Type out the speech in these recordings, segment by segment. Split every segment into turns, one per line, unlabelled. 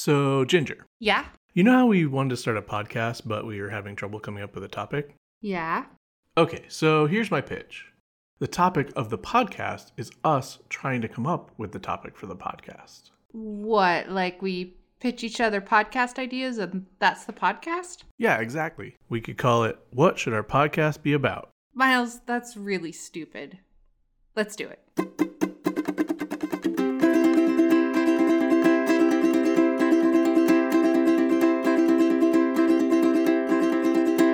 So, Ginger,
Yeah.
you know how we wanted to start a podcast, but we were having trouble coming up with a topic?
Yeah.
Okay, so here's my pitch. The topic of the podcast is us trying to come up with the topic for the podcast.
What? Like we pitch each other podcast ideas and that's the podcast?
Yeah, exactly. We could call it What Should Our Podcast Be About?
Miles, that's really stupid. Let's do it.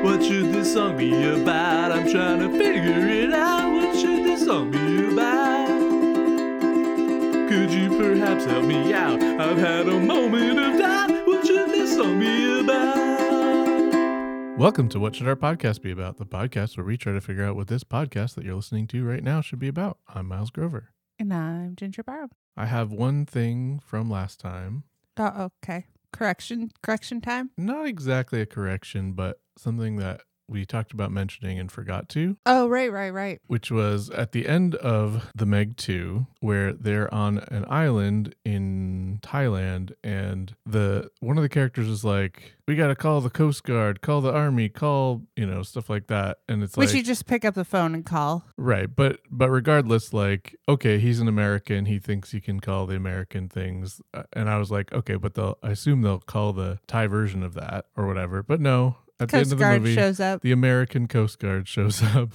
What should this song be about? I'm trying to figure it out. What should this song be about? Could you perhaps help me out? I've had a moment of doubt. What should this song be about? Welcome to What Should Our Podcast Be About? The podcast where we try to figure out what this podcast that you're listening to right now should be about. I'm Miles Grover.
And I'm Ginger Barb.
I have one thing from last time.
Oh, okay. Correction, correction time.
Not exactly a correction, but something that we talked about mentioning and forgot to.
Oh, right, right, right.
which was at the end of the Meg 2, where they're on an island in Thailand, and the one of the characters is like, "We got to call the Coast Guard, call the Army, call you know stuff like that," and it's
Which
like,
you just pick up the phone and call.
right, but but regardless, like, okay, he's an American, he thinks he can call the American things, Uh, and I was like, okay, but they'll I assume they'll call the Thai version of that or whatever, but no. At the end
Coast
of the
Guard
movie,
shows up.
the American Coast Guard shows up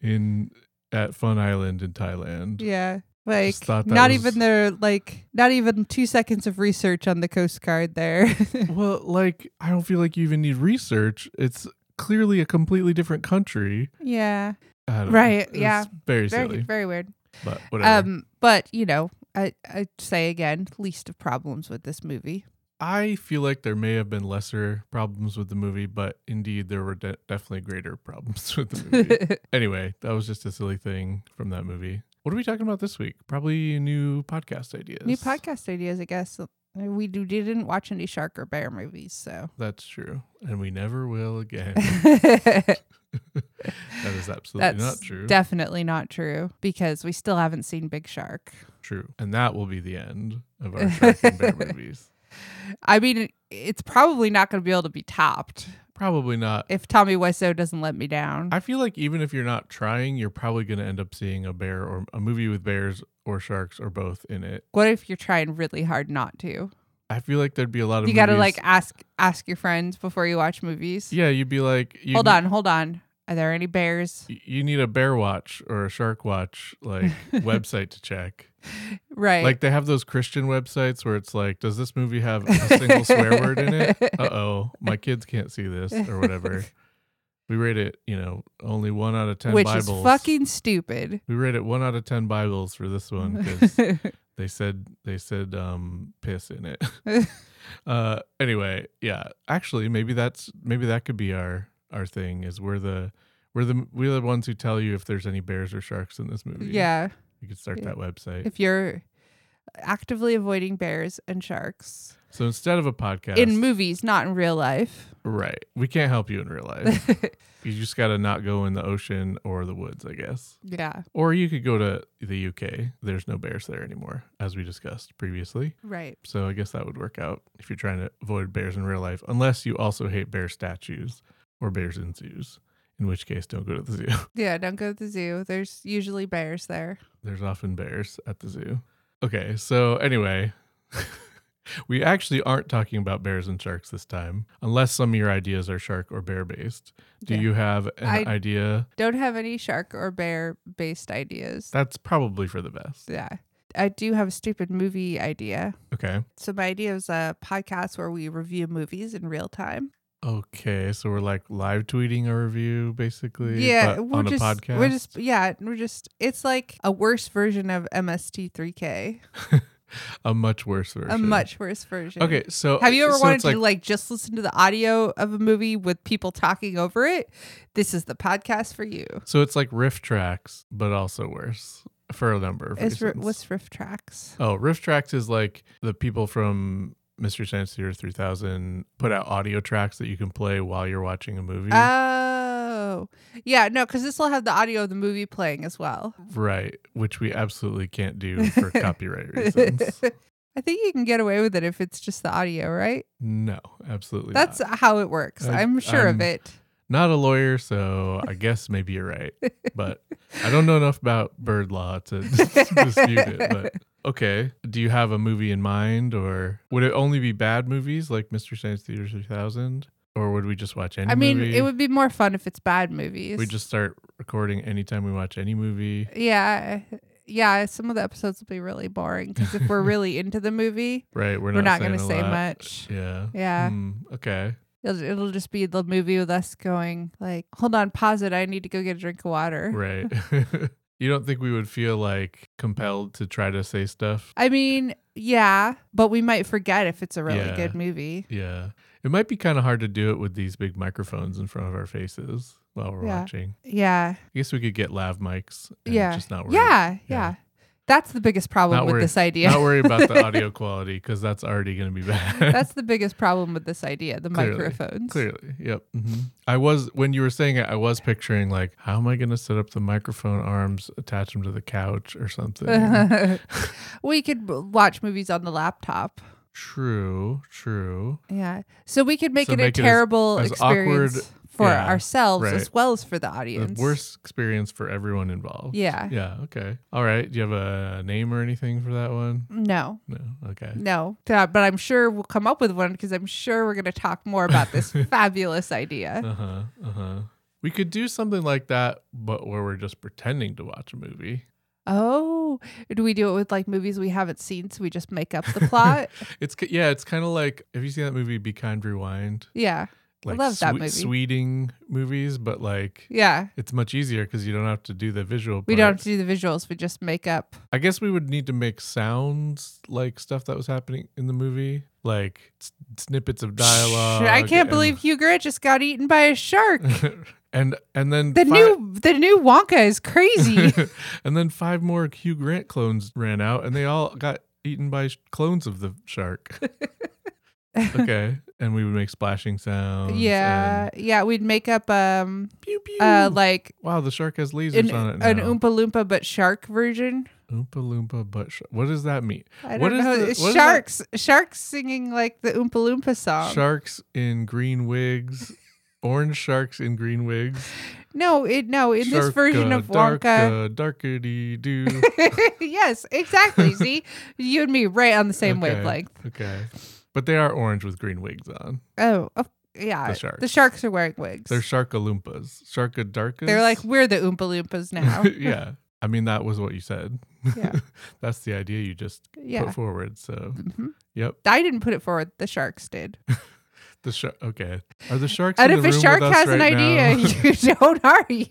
in at Fun Island in Thailand.
yeah. Like
Just thought
not
that was-
even their like not even two seconds of research on the Coast Guard there.
Well, like I don't feel like you even need research. It's clearly a completely different country.
yeah.
I don't know.
Right,
It's
yeah.
Very silly.
Very very weird.
but whatever.
Um but you know, I I say again, least of problems with this movie.
I feel like there may have been lesser problems with the movie, but indeed there were de- definitely greater problems with the movie. anyway, that was just a silly thing from that movie. What are we talking about this week? Probably new podcast ideas.
New podcast ideas, I guess. Uh, We do didn't watch any shark or bear movies, so
That's true. And we never will again. That is absolutely
That's
not true.
definitely not true because we still haven't seen Big Shark.
true. And that will be the end of our Shark and Bear movies.
I mean, it's probably not going to be able to be topped
Probably not.
if Tommy Wiseau doesn't let me down.
I feel like even if you're not trying, you're probably going to end up seeing a bear or a movie with bears or sharks or both in it.
what if you're trying really hard not to?
I feel like there'd be a lot of
You got to
movies-
like ask ask your friends before you watch movies.
yeah, you'd be like, you
Hold
ne-
on, hold on. Are there any bears?
y- You need a bear watch or a shark watch like website to check.
Right.
Like they have those Christian websites where it's like, does this movie have a single swear word in it? Uh oh, my kids can't see this or whatever. We rate it, you know, only one out of ten
which
Bibles.
is fucking stupid.
We rate it one out of ten Bibles for this one because they said they said um piss in it. uh anyway, yeah. Actually maybe that's maybe that could be our our thing is we're the we're the we're the ones who tell you if there's any bears or sharks in this movie.
yeah.
You could start
Yeah.
that website.
If you're actively avoiding bears and sharks
so instead of a podcast
in movies, not in real life.
Right. We can't help you in real life. you just gotta not go in the ocean or the woods, I guess.
yeah.
Or you could go to the UK. There's no bears there anymore, as we discussed previously.
Right.
So I guess that would work out if you're trying to avoid bears in real life, unless you also hate bear statues or bears in zoos, in which case don't go to the zoo.
Yeah, don't go to the zoo. There's usually bears there.
There's often bears at the zoo. Okay, so anyway, we actually aren't talking about bears and sharks this time, unless some of your ideas are shark or bear based. Do
Yeah.
you have an
I-
idea?
Don't have any shark or bear based ideas.
That's probably for the best.
yeah. I do have a stupid movie idea.
Okay.
So my idea is a podcast where we review movies in real time.
Okay, so we're like live tweeting a review basically.
yeah,
but
we're
on
just
a podcast.
we're just yeah, we're just it's like a worse version of MST3K,
a much worse version.
a much worse version.
Okay, so
Have you ever
so
wanted
it's
to like just listen to the audio of a movie with people talking over it? This is the podcast for you.
So it's like riff tracks, but also worse for a number of
Is ri
reasons.
what's riff tracks?
oh, riff tracks is like the people from Mystery Science Theater 3000 put out audio tracks that you can play while you're watching a movie.
Ah. Oh, yeah, no, because this will have the audio of the movie playing as well.
right, which we absolutely can't do for copyright reasons.
I think you can get away with it if it's just the audio, right?
No, absolutely.
That's
not.
how it works.
I-
I, am sure
I'm-
of it.
not a lawyer, so I guess maybe you're right. But I don't know enough about bird law to dispute it. But okay, do you have a movie in mind, or would it only be bad movies like Mr. Science Theater 3000, or would we just watch any?
I mean,
movie?
it would be more fun if it's bad movies.
We just start recording anytime we watch any movie.
yeah, yeah. Some of the episodes will be really boring because if we're really into the movie,
Right, we're,
we're not,
going
going to
to
say much.
Yeah.
Yeah.
Hmm, okay.
It'll, it'll just be the movie with us going like, "Hold on, pause it. I need to go get a drink of water."
Right. you don't think we would feel like compelled to try to say stuff?
I mean, yeah, but we might forget if it's a really
Yeah.
good movie.
Yeah. It might be kind of hard to do it with these big microphones in front of our faces while we're
Yeah.
watching.
Yeah,
I guess we could get lav mics. And
yeah,
Just not worry.
yeah, yeah,
yeah.
That's the biggest problem
Not
with
worried-
this idea.
Not worry about the audio quality because that's already going to be bad.
That's the biggest problem with this idea. The
Clearly,
microphones.
Clearly, yep.
Mm-hmm.
hmm I was when you were saying it, I was picturing like, how am I going to set up the microphone arms, attach them to the couch or something?
we could b- watch movies on the laptop.
true, true.
Yeah. So we could make
So
it
make it
a
as-
terrible
as awkward-
experience for
yeah,
ourselves
right.
as well as for the
The
audience.
worst experience for everyone involved.
Yeah.
Yeah. Okay. All right. Do you have a name or anything for that one?
No.
No. Okay.
No. Yeah, But I'm sure we'll come up with one because I'm sure we're going to talk more about this fabulous idea.
Uh huh. Uh huh. We could do something like that, but where we're just pretending to watch a movie.
Oh, do we do it with like movies we haven't seen so we just make up the plot?
It's ki- yeah. It's kind of like have you seen that movie Be Kind Rewind?
yeah. I
Like
love that
swe-
movie.
Sweeting movies, but like
Yeah.
it's much easier because you don't have to do the visual.
We don't have
parts.
to do the visuals. We just make up.
I guess we would need to make sounds like stuff that was happening in the movie, like s- snippets of dialogue.
I can't
and-
believe Hugh Grant just got eaten by a shark.
and and then
The
fi-
new the new Wonka is crazy.
and then five more Hugh Grant clones ran out, and they all got eaten by sh- clones of the shark. okay, and we would make splashing sounds.
yeah,
and
yeah. We'd make up um
pew pew.
uh like
wow, the shark has lasers
an,
on it
an
now.
Oompa Loompa but shark version.
Oompa loompa butt. Sh- what does that mean?
I
What
don't
is
know.
the-
It's
what is that-
sharks sharks singing like the Oompa Loompa song.
Sharks in green wigs. Orange sharks in green wigs. uh,
No, it no in this version of Wonka.
Darka, darkity doo.
yes, exactly. See, you and me right on the same
Okay.
wavelength.
okay. But they are orange with green wigs on.
Oh, of- yeah.
The sharks.
the sharks are wearing wigs.
They're Sharkalumpas. Sharkadarkas.
They're like we're the Oompa Loompas now.
yeah. I mean, that was what you said.
Yeah.
That's the idea you just
yeah.
put forward. So,
Mhm.
yep.
I didn't put it forward. The sharks did.
The shark. Okay. Are the sharks?
And
in
if
the
a
room
shark
with us
has an
right now?
idea, you don't, are you?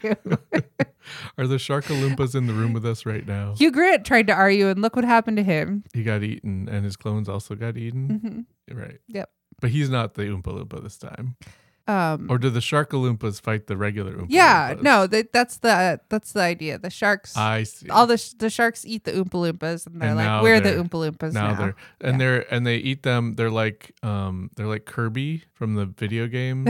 Are the Sharkalumpas in the room with us right now?
Hugh Grant tried to argue, and look what happened to him.
He got eaten, and his clones also got eaten.
Mhm.
Right.
Yep.
But he's not the Oompa Loompa this time.
Um,
Or do the Sharkalumpas fight the regular Oompa
yeah,
Loompas?
no, that, that's the that's the idea. The sharks,
I see.
all the sh- the sharks eat the Oompa Loompas, and they're
And now
like, we're
they're-
the Oompa Loompas
now
now.
they're and they're and they eat them. They're like um they're like Kirby from the video game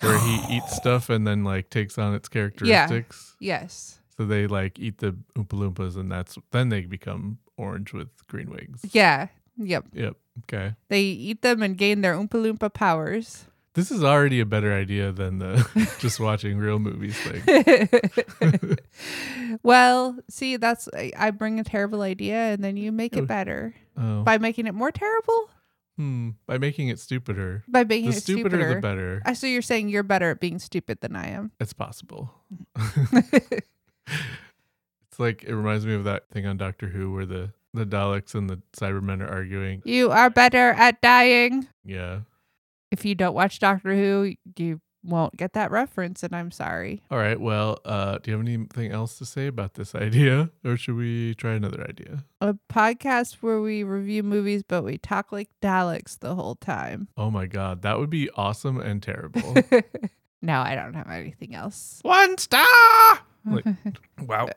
where he eats stuff and then like takes on its characteristics.
Yes,
So they like eat the Oompa Loompas and that's then they become orange with green wigs.
yeah, yep.
Yep. Okay.
They eat them and gain their Oompa Loompa powers.
This is already a better idea than the just watching real movies thing.
well, see, that's I, I bring a terrible idea, and then you make
Oh.
it better
Oh.
by making it more terrible
hmm. By making it stupider.
by making
The
it
stupider,
stupider.
the better.
Uh, so you're saying you're better at being stupid than I am.
It's possible. It's like it reminds me of that thing on Doctor Who where the the Daleks and the Cybermen are arguing.
you are better at dying.
Yeah.
If you don't watch Doctor Who, you won't get that reference, and I'm sorry.
All right. Well, uh, do you have anything else to say about this idea, or should we try another idea?
A podcast where we review movies, but we talk like Daleks the whole time.
Oh my God, that would be awesome and terrible.
no, I don't have anything else.
One star. Like, wow,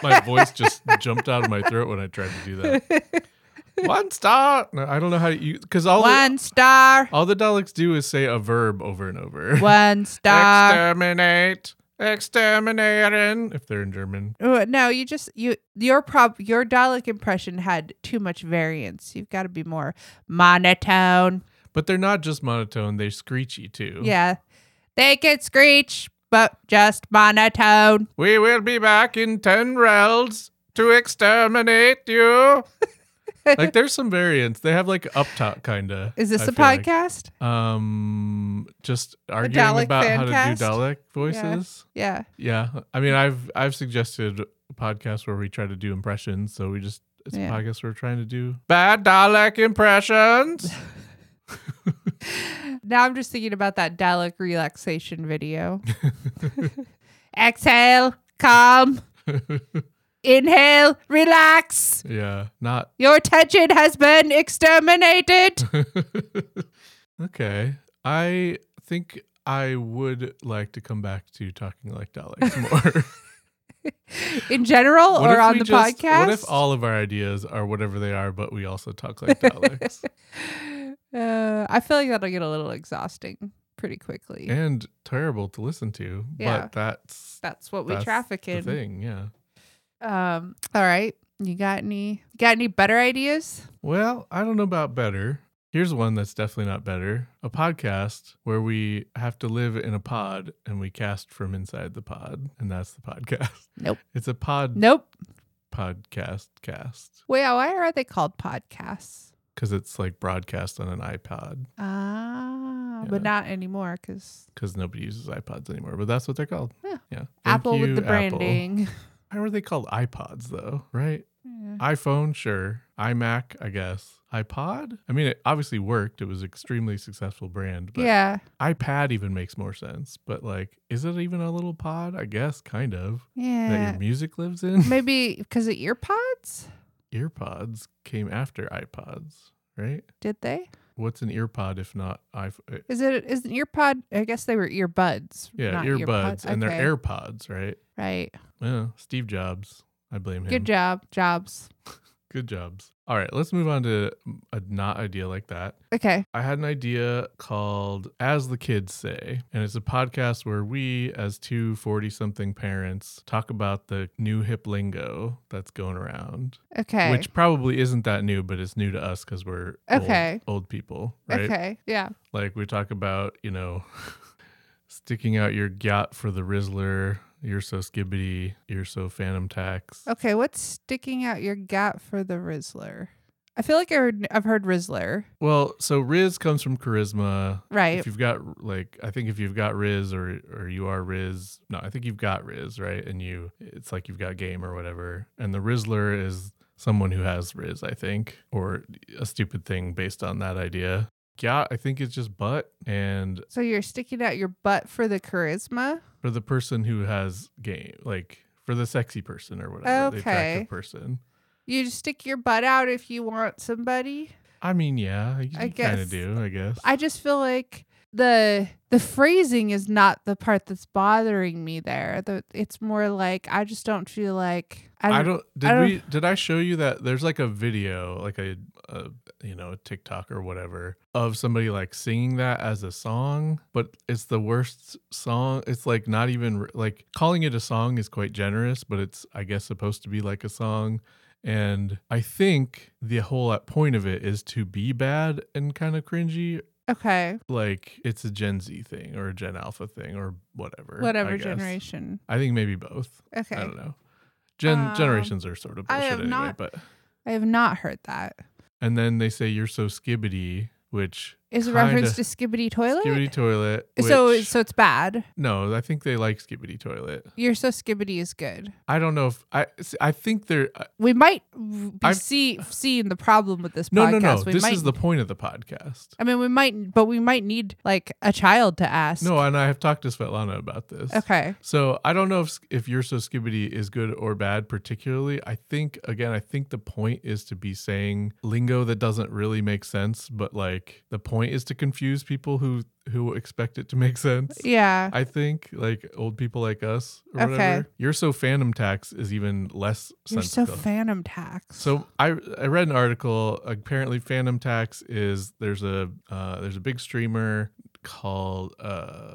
my voice just jumped out of my throat when I tried to do that. One star. No, I don't know how you because all the,
One star.
oh. all the Daleks do is say a verb over and over.
One star.
Exterminate. Exterminating. If they're in German.
Oh, no, you just you your prob your Dalek impression had too much variance. You've got to be more monotone.
But they're not just monotone, they're screechy too.
Yeah, they can screech, but just monotone.
We will be back in 10 rounds to exterminate you. like there's some variants. They have like up top kind of.
Is this a podcast?
Um just arguing
Dalek
about how to
fancast?
do Dalek voices.
Yeah,
Yeah. I mean, I've I've suggested podcasts where we try to do impressions, so we just it's
Yeah.
a podcast we're trying to do bad Dalek impressions.
now I'm just thinking about that Dalek relaxation video. Exhale, calm. Inhale, relax.
yeah, not
Your tension has been exterminated.
okay. I think I would like to come back to talking like Daleks more.
In general
What if
or on
we
the
just-
podcast?
What if all of our ideas are whatever they are, but we also talk like Daleks?
uh, I feel like that'll get a little exhausting pretty quickly.
and terrible to listen to,
Yeah.
but that's,
That's what we
that's
traffic
the
in.
thing, yeah.
Um, all right. You got any got any better ideas?
Well, I don't know about better. Here's one that's definitely not better. A podcast where we have to live in a pod and we cast from inside the pod, and that's the podcast.
Nope.
It's a pod
Nope.
podcast cast
Well, why are they called podcasts?
because it's like broadcast on an iPod
Ah,
Yeah.
but not anymore because
because nobody uses iPods anymore, but that's what they're called.
Yeah.
Yeah. Thank
Apple
you,
with the
Apple.
branding.
Why were they called iPods though? Right?
Yeah.
iPhone, sure. iMac, I guess. iPod? I mean, it obviously worked. It was extremely successful brand, but
yeah,
iPad even makes more sense. But like, is it even a little pod? I guess kind of that
yeah.
your music lives in.
Maybe because of ear pods?
EarPods came after iPods, right?
Did they?
What's an earpod if not iPhone?
Is it is an ear pod? I guess they were earbuds.
Yeah,
not
earbuds, and
Okay,
they're AirPods, right?
right.
Yeah, Steve Jobs. I blame him.
Good job, Jobs.
Good jobs. All right, let's move on to a not idea like that.
Okay.
I had an idea called As the Kids Say, and it's a podcast where we, as two 40 something parents, talk about the new hip lingo that's going around,
Okay.
which probably isn't that new, but it's new to us because we're old-
Okay.
old, people, right?
Okay. Yeah.
Like we talk about, you know, sticking out your yacht for the Rizzler, you're so skibbity, you're so phantom tax.
Okay. What's sticking out your gut for the Rizzler? I feel like I heard, I've heard Rizzler.
Well, so Riz comes from charisma.
Right.
if you've got like i think if you've got riz or or you are riz no i think you've got riz right and you it's like you've got game or whatever and the rizzler is someone who has riz i think or a stupid thing based on that idea yeah i think it's just butt and
So you're sticking out your butt for the charisma.
for the person who has game like for the sexy person or whatever the
Okay.
attractive person
You just stick your butt out if you want somebody.
i mean yeah you,
I
kind
guess.
of do i guess
I just feel like the the phrasing is not the part that's bothering me there. The, it's more like I just don't feel like I don't,
I don't. Did
don't-
we? Did I show you that? There's like a video, like a, a you know a TikTok or whatever, of somebody like singing that as a song, but it's the worst song. It's like not even like calling it a song is quite generous, but it's I guess supposed to be like a song. And I think the whole uh, point of it is to be bad and kind of cringy.
okay,
Like it's a Gen Z thing or a Gen Alpha thing or whatever. I
whatever
guess.
generation.
I think maybe both. I
Okay.
don't know. Gen
Um,
generations are sort of
I
bullshit
have
anyway,
not-
but
I have not heard that.
and then they say you're so skibbity, which
Is a
kinda-
reference to Skibbity Toilet?
skibbity toilet.
so
which-
so it's bad.
no, I think they like skibbity toilet.
You're so skibbity is good.
I don't know if I. see, I think they're uh,
We might be
I've-
see seeing the problem with this
no
podcast.
no no.
We
This
might,
is the point of the podcast.
I mean, we might, but we might need like a child to ask.
No, and I have talked to Svetlana about this.
Okay.
So I don't know if if you're so skibbity is good or bad. Particularly, I think again, I think the point is to be saying lingo that doesn't really make sense, but like the point is to confuse people who who expect it to make sense.
Yeah.
I think like old people like us or
Okay.
whatever. You're so phantom tax is even less
You're so
sensical.
phantom tax.
So I I read an article. Apparently, Phantom Tax is there's a uh, there's a big streamer called uh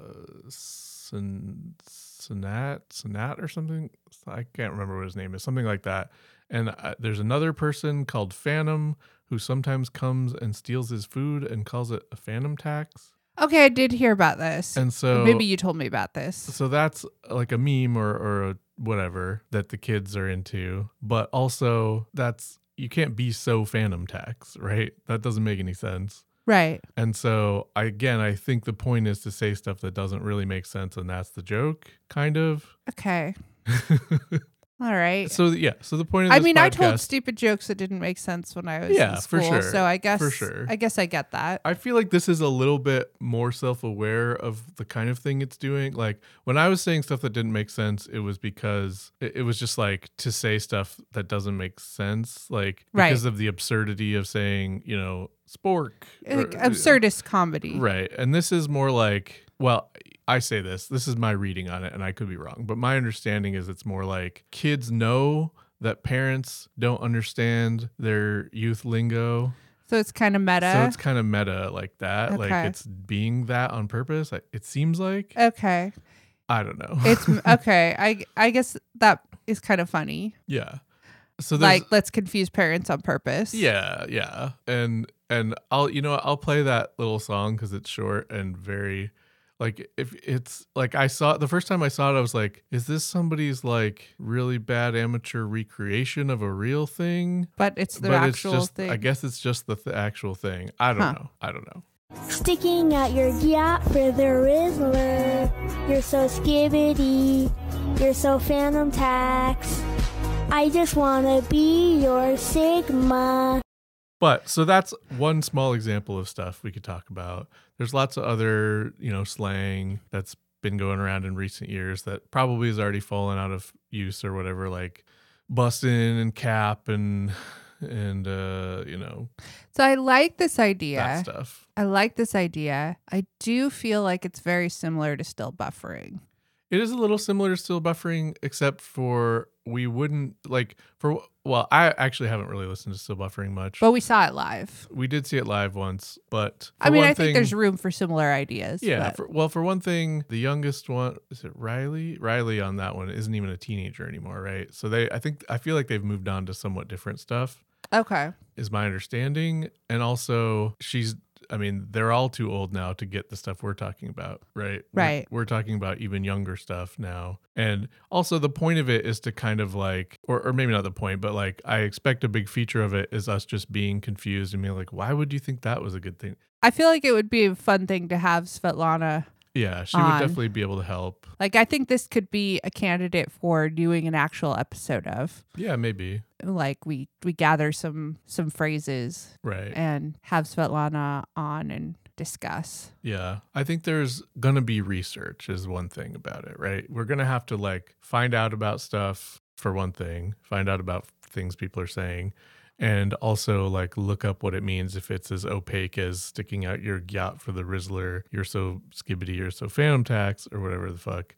Sin- Sinat Sinat or something. I can't remember what his name is. Something like that. And uh, there's another person called Phantom who sometimes comes and steals his food and calls it a phantom tax.
Okay, I did hear about this.
And so
Maybe you told me about this.
so that's uh, like a meme or or a whatever that the kids are into, but also that's you can't be so phantom tax, right? That doesn't make any sense.
Right.
And so I- again, I think the point is to say stuff that doesn't really make sense and that's the joke kind of.
Okay. All right.
so yeah, so the point of
I
this
mean, I told
podcast-
stupid jokes that didn't make sense when I was
Yeah,
in
for
school.
sure.
So I guess
sure.
I guess I get that.
I feel like this is a little bit more self aware of the kind of thing it's doing. Like when I was saying stuff that didn't make sense, it was because it, it was just like to say stuff that doesn't make sense, like
Right.
because of the absurdity of saying, you know, spork. or- uh,
Like, absurdist comedy.
Right. And this is more like, well, I say this, this is my reading on it, and I could be wrong, but my understanding is it's more like kids know that parents don't understand their youth lingo.
So it's kind of meta.
So it's kind of meta like that. Like
Okay.
it's being that on purpose. I- It seems like
okay.
I don't know.
It's okay. I I guess that is kind of funny.
yeah. So there's
Like let's confuse parents on purpose.
yeah, yeah, and and I'll you know what, I'll play that little song because it's short and very like if it's like I saw it- the first time I saw it I was like is this somebody's like really bad amateur recreation of a real thing
But it's the
but
actual
it's just
thing.
I guess it's just the th- actual thing I don't
Huh.
know I don't know
Sticking out your yacht for the Rizzler. You're so skibbity. You're so phantom tax. I just wanna be your Sigma.
But so that's one small example of stuff we could talk about. There's lots of other, you know, slang that's been going around in recent years that probably has already fallen out of use or whatever, like bustin' and cap and and uh, you know,
So I like this idea.
that stuff.
I like this idea. I do feel like it's very similar to still buffering.
It is a little similar to still buffering, except for we wouldn't like for well, I actually haven't really listened to still buffering much.
But we saw it live.
we did see it live once, but
I
for
mean,
one
I think
thing-
there's room for similar ideas.
Yeah.
but-
For, well, for one thing, the youngest one is it Riley? Riley on that one isn't even a teenager anymore, right? So they, I think, I feel like they've moved on to somewhat different stuff,
okay.
is my understanding. And also, she's, I mean, they're all too old now to get the stuff we're talking about, right? We're-
Right.
We're, talking about even younger stuff now. And also, the point of it is to kind of like, or, or maybe not the point, but like, I expect a big feature of it is us just being confused and being like, why would you think that was a good thing?
I feel like it would be a fun thing to have Svetlana.
Yeah, she would
On.
definitely be able to help.
Like, I think this could be a candidate for doing an actual episode of.
Yeah, maybe.
Like, we we gather some some phrases
Right.
and have Svetlana on and discuss.
yeah. I think there's going to be research, is one thing about it, right? We're going to have to like find out about stuff for one thing, find out about things people are saying, and also like look up what it means if it's as opaque as sticking out your yacht for the Rizzler, you're so skibbity, you're so phantom tax, or whatever the fuck,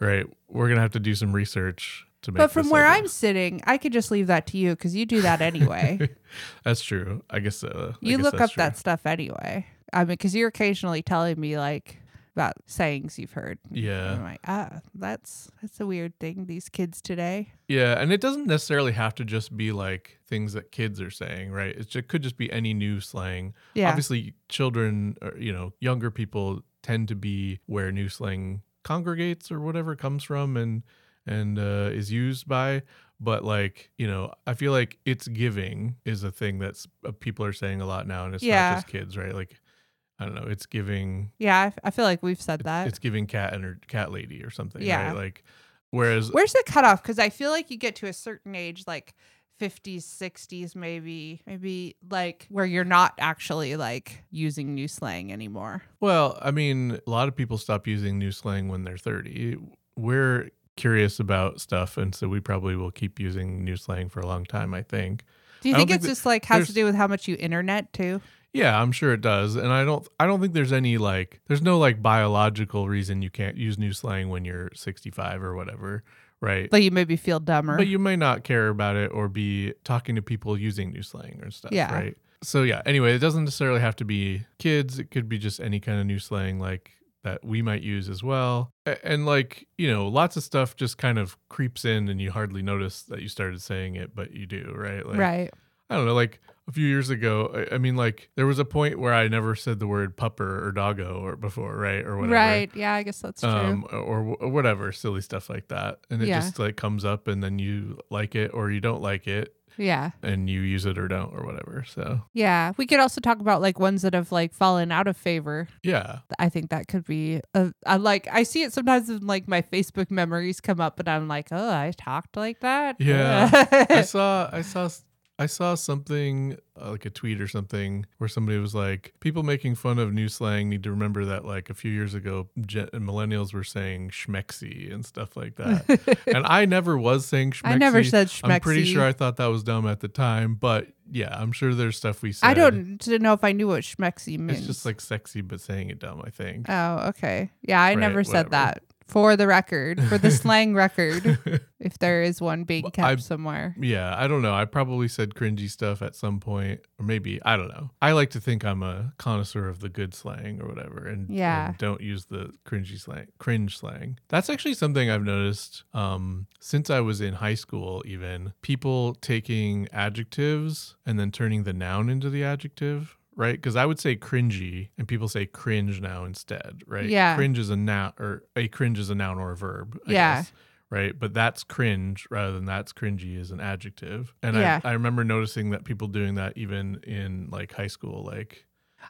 right? We're going to have to do some research to make
But from
this
where
like a-
I'm sitting, I could just leave that to you because you do that anyway.
that's true. I guess so. I
you
guess
look
that's
up
true.
that stuff anyway. I mean, because you're occasionally telling me like about sayings you've heard.
Yeah.
I'm like, ah, that's that's a weird thing these kids today.
Yeah, and it doesn't necessarily have to just be like things that kids are saying, right? It ju- could just be any new slang.
Yeah.
Obviously, children, or, you know, younger people tend to be where new slang congregates or whatever comes from and and uh, is used by. But like, you know, I feel like it's giving is a thing that's uh, people are saying a lot now, and it's
Yeah.
not just kids, right? Like, I don't know, it's giving.
Yeah, I, f- I feel like we've said that.
It's giving cat and her cat lady or something,
Yeah.
right? Like, whereas
Where's the cutoff? Because I feel like you get to a certain age, like 50s, 60s, maybe, maybe like where you're not actually like using new slang anymore.
Well, I mean, a lot of people stop using new slang when they're 30. We're curious about stuff, and so we probably will keep using new slang for a long time, I think.
Do you
I don't
think
think
it's
that-
just like has
there's-
to do with how much you internet too?
Yeah, I'm sure it does. And I don't I don't think there's any like there's no like biological reason you can't use new slang when you're 65 or whatever, right?
Like you maybe feel dumber.
But you may not care about it or be talking to people using new slang or stuff,
Yeah.
right? So yeah. Anyway, it doesn't necessarily have to be kids. It could be just any kind of new slang like that we might use as well. A- And like you know, lots of stuff just kind of creeps in, and you hardly notice that you started saying it, but you do, right? Like,
right.
I don't know, like a few years ago. I, I mean, like there was a point where I never said the word pupper or doggo or before, right? Or whatever
Right. Yeah, I guess that's true.
um, or wh- or whatever silly stuff like that and it
Yeah.
just like comes up and then you like it or you don't like it
yeah.
and you use it or don't or whatever so
Yeah. We could also talk about like ones that have like fallen out of favor.
yeah
I think that could be a, I like I see it sometimes in like my Facebook memories come up and I'm like, "Oh, I talked like that."
Yeah. i saw i saw s- i saw something uh, like a tweet or something where somebody was like people making fun of new slang need to remember that like a few years ago gen- millennials were saying schmexy and stuff like that and i never was saying schmexy
I never said schmexy.
i'm pretty sure i thought that was dumb at the time but yeah i'm sure there's stuff we said
I don't didn't know if I knew what schmexy means.
It's just like sexy, but saying it dumb. I think.
Oh, okay. Yeah, I
Right,
never said
whatever.
that. For the record, for the slang record, if there is one being
Well,
kept
I-
somewhere.
yeah, I don't know. I probably said cringy stuff at some point, or maybe I don't know. I like to think I'm a connoisseur of the good slang or whatever, and
Yeah.
and don't use the cringy slang, cringe slang. That's actually something I've noticed um, since I was in high school. Even people taking adjectives and then turning the noun into the adjective. Right, because I would say cringy, and people say cringe now instead. Right,
Yeah.
cringe is a noun, or a cringe is a noun or a verb. I
Yeah.
guess, right? But that's cringe rather than that's cringy is an adjective. And
Yeah.
I, I remember noticing that people doing that even in like high school, like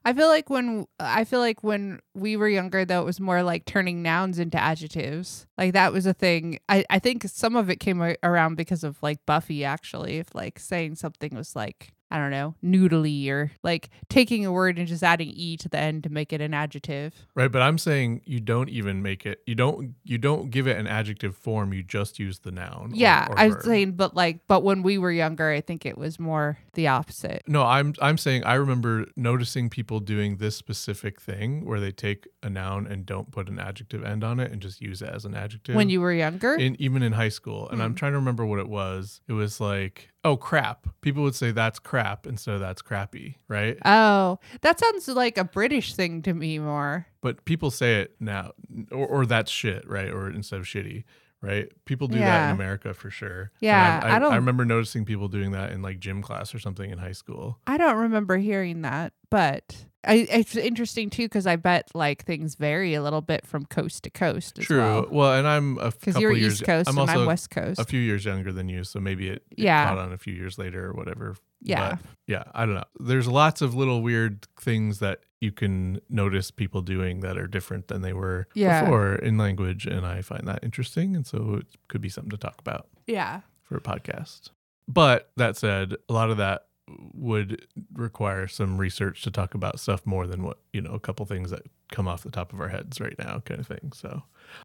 I feel like when I feel like when we were younger though it was more like turning nouns into adjectives. Like that was a thing. I I think some of it came a- around because of like Buffy actually if like saying something was like I don't know, noodly or like taking a word and just adding e to the end to make it an adjective.
right. But I'm saying you don't even make it. You don't. You don't give it an adjective form. You just use the noun. or-
yeah,
or
I was
verb.
saying but like but when we were younger I think it was more the opposite.
No, I'm I'm saying I remember noticing people doing this specific thing where they take a noun and don't put an adjective end on it and just use it as an adjective.
When you were younger?
in even in high school and i'm
Mm.
trying to remember what it was it was like oh crap people would say that's crap instead of that's crappy right
oh, that sounds like a British thing to me more.
but people say it now or, or that's shit right or instead of shitty right people do that
Yeah.
in america for sure And
Yeah,
I'm- I,
I don't-
I remember noticing people doing that in like gym class or something in high school
I don't remember hearing that, but I, it's interesting too because I bet like things vary a little bit from coast to coast. As
true well.
well.
and i'm a
because
couple
you're
years
East Coast
i'm
and
also
I'm West Coast.
a few years younger than you so maybe it, it
Yeah.
caught on a few years later or whatever
yeah,
But, yeah, I don't know. There's lots of little weird things that you can notice people doing that are different than they were
Yeah.
before in language. And I find that interesting. And so it could be something to talk about
yeah,
for a podcast. But that said, a lot of that would require some research to talk about stuff more than what, you know, a couple things that come off the top of our heads right now, kind of thing. So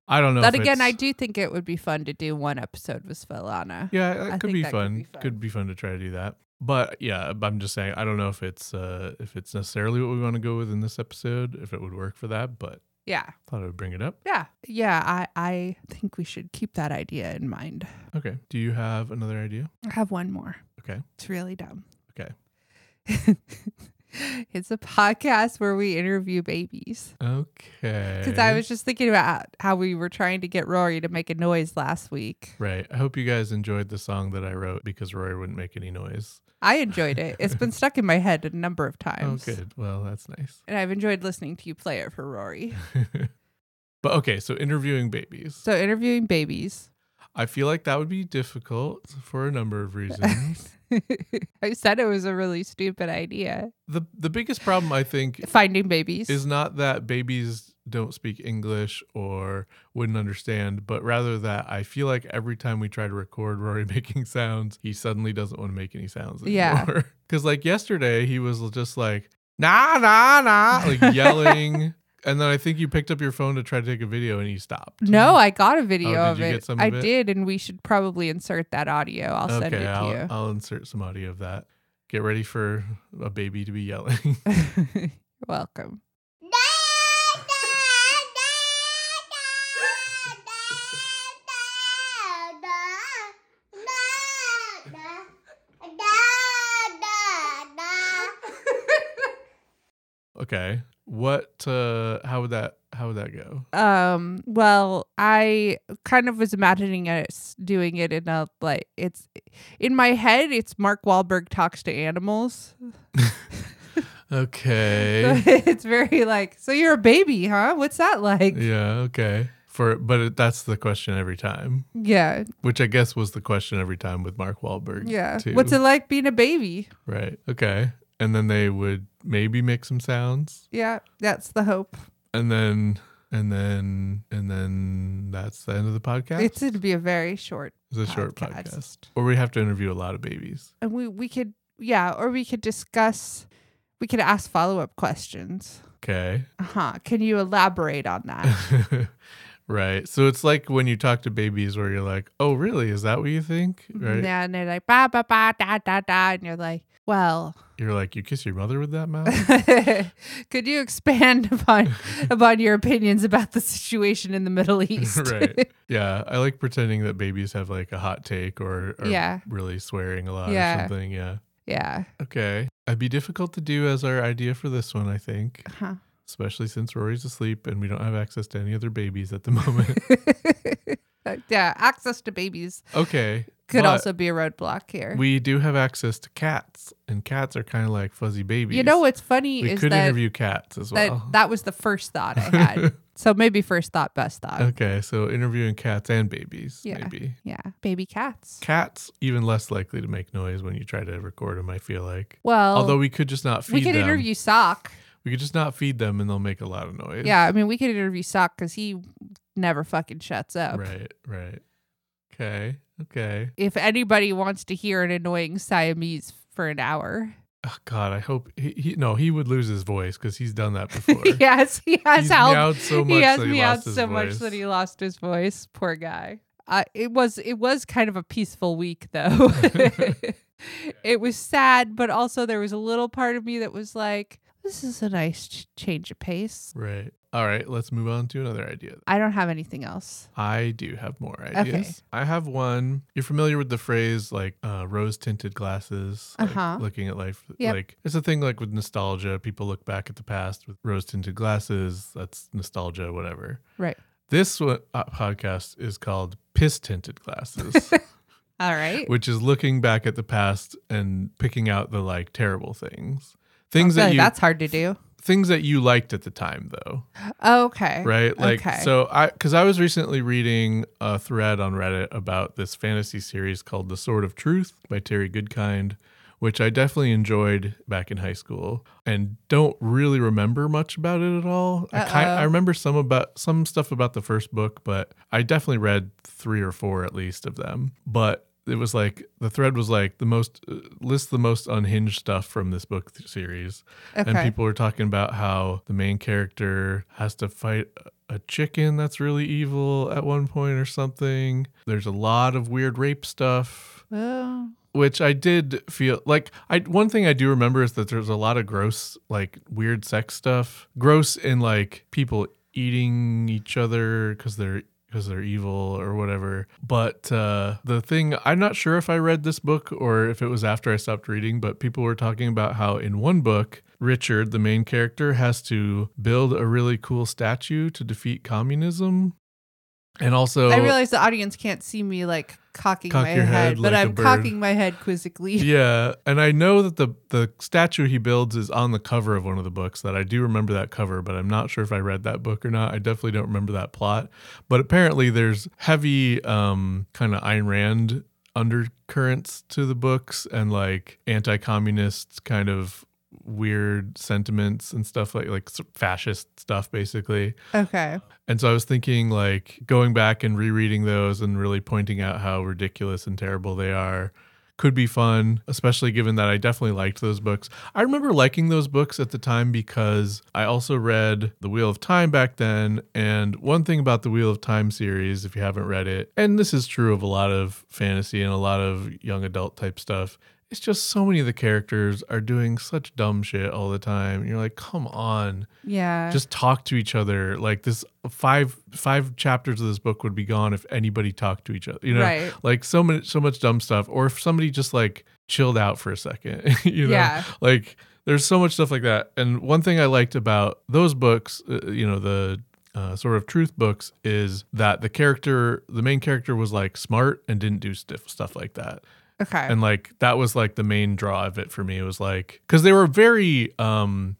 I don't know.
But
if
again,
it's-
I do think it would be fun to do one episode with Svelana.
Yeah, that
I
could
think
be
that could
fun.
be
Could be fun.
fun.
to try to do that. But yeah, I'm just saying I don't know if it's uh if it's necessarily what we want to go with in this episode, if it would work for that, but
yeah,
thought I would bring it up.
yeah, yeah. I I think we should keep that idea in mind.
Okay. Do you have another idea?
I have one more.
Okay.
It's really dumb.
Okay.
it's a podcast where we interview babies.
Okay.
Because I was just thinking about how we were trying to get Rory to make a noise last week.
Right. I hope you guys enjoyed the song that I wrote because Rory wouldn't make any noise.
I enjoyed it. It's been stuck in my head a number of times.
Oh good. Well, that's nice.
And I've enjoyed listening to you play it for Rory.
but okay, so interviewing babies.
So interviewing babies.
I feel like that would be difficult for a number of reasons.
I said it was a really stupid idea.
the the biggest problem I think
Finding babies.
is not that babies don't speak English or wouldn't understand, but rather that I feel like every time we try to record Rory making sounds, he suddenly doesn't want to make any sounds
Yeah.
anymore. Because like yesterday, he was just like nah nah nah, like yelling, and then I think you picked up your phone to try to take a video and he stopped.
no, I got a video
Oh, did
of
you
it.
get some
I
of it?
did, and we should probably insert that audio. I'll send it
okay,
to
I'll,
you.
I'll insert some audio of that. Get ready for a baby to be yelling.
You're welcome.
Okay. What? Uh, how would that? How would that go?
Um, well, I kind of was imagining us doing it in a like it's in my head. It's Mark Wahlberg talks to animals.
Okay.
it's very like so you're a baby, huh? What's that like?
yeah. Okay. For but it, that's the question every time,
Yeah,
which I guess was the question every time with Mark Wahlberg.
yeah.
Too.
What's it like being a baby?
Right. Okay. And then they would maybe make some sounds,
Yeah, that's the hope.
and then and then and then that's the end of the podcast.
It's going to be a very short,
It's a short
podcast.
podcast. Or we have to interview a lot of babies.
and we we could yeah, or we could discuss. We could ask follow up questions.
Okay.
Uh huh. Can you elaborate on that?
right. So it's like when you talk to babies where you're like, oh, really? Is that what you think? Right.
Yeah, and they're like ba ba ba da da da, and you're like, well,
You're like, you kiss your mother with that mouth?
could you expand upon upon your opinions about the situation in the Middle East?
right. Yeah. I like pretending that babies have like a hot take or, or
Yeah.
really swearing a lot
Yeah.
or something. Yeah.
yeah.
Okay. I'd be difficult to do as our idea for this one, I think,
Huh.
especially since Rory's asleep and we don't have access to any other babies at the moment.
yeah. Access to babies
okay.
could
but
also be a roadblock here.
We do have access to cats, and cats are kind of like fuzzy babies.
you know what's funny
We
is
could
that
interview cats as
that
well.
that was the first thought I had. so maybe first thought, best thought.
okay, so interviewing cats and babies,
Yeah.
maybe.
Yeah, baby cats.
Cats even less likely to make noise when you try to record them. I feel like.
Well,
Although we could just not feed
Oh. we could
them.
interview Sock.
we could just not feed them, and they'll make a lot of noise.
Yeah, I mean, we could interview Sock because he never fucking shuts up.
Right. Right. Okay. Okay.
If anybody wants to hear an annoying Siamese for an hour,
Oh God, I hope he, he no he would lose his voice because he's done that before.
yes, he has
He's
helped.
meowed so much
He has
that he
meowed
lost his
so much
voice.
that he lost his voice. Poor guy. Uh, it was it was kind of a peaceful week though. it was sad, but also there was a little part of me that was like, "This is a nice ch- change of pace."
Right. All right. Let's move on to another idea.
I don't have anything else.
I do have more ideas. I have one. You're familiar with the phrase like uh, rose tinted glasses, like,
Uh-huh.
looking at life.
Yep.
Like it's a thing like with nostalgia. People look back at the past with rose tinted glasses. That's nostalgia, whatever.
Right.
This one, uh, podcast is called Piss Tinted Glasses,
All right.
which is looking back at the past and picking out the like terrible things. Things
I feel
that
like
you
that's hard to do.
things that you liked at the time though
Okay.
right like
Okay.
so i because i was recently reading a thread on reddit about this fantasy series called the sword of truth by terry goodkind which i definitely enjoyed back in high school and don't really remember much about it at all I, ki-
Uh-oh.
I remember some about some stuff about the first book but i definitely read three or four at least of them but it was like the thread was like the most uh, list the most unhinged stuff from this book th- series and
Okay.
people were talking about how the main character has to fight a chicken that's really evil at one point or something. There's a lot of weird rape stuff,
Oh.
which I did feel like I one thing I do remember is that there's a lot of gross like weird sex stuff. Gross in like people eating each other cuz they're because they're evil or whatever. But uh, the thing, I'm not sure if I read this book or if it was after I stopped reading, but people were talking about how in one book, Richard, the main character, has to build a really cool statue to defeat communism. And also,
I realize the audience can't see me like cocking
Cock
my
your
head,
head like
but
a
I'm
bird.
cocking my head quizzically.
yeah, and I know that the the statue he builds is on the cover of one of the books that I do remember that cover, but I'm not sure if I read that book or not. I definitely don't remember that plot. But apparently there's heavy um kind of Ayn Rand undercurrents to the books and like anti-communist kind of weird sentiments and stuff like like s- fascist stuff basically.
Okay.
And so I was thinking, like, going back and rereading those and really pointing out how ridiculous and terrible they are could be fun, especially given that I definitely liked those books. I remember liking those books at the time because I also read The Wheel of Time back then. And one thing about the Wheel of Time series, if you haven't read it, and this is true of a lot of fantasy and a lot of young adult type stuff. It's just so many of the characters are doing such dumb shit all the time. And you're like, come on
Yeah.
just talk to each other like this five five chapters of this book would be gone if anybody talked to each other you know
Right.
like so much so much dumb stuff or if somebody just like chilled out for a second you know
Yeah.
like There's so much stuff like that. And one thing I liked about those books, uh, you know, the uh, sort of truth books, is that the character, the main character, was like smart and didn't do stiff stuff like that.
Okay.
And like that was like the main draw of it for me. It was like because they were very um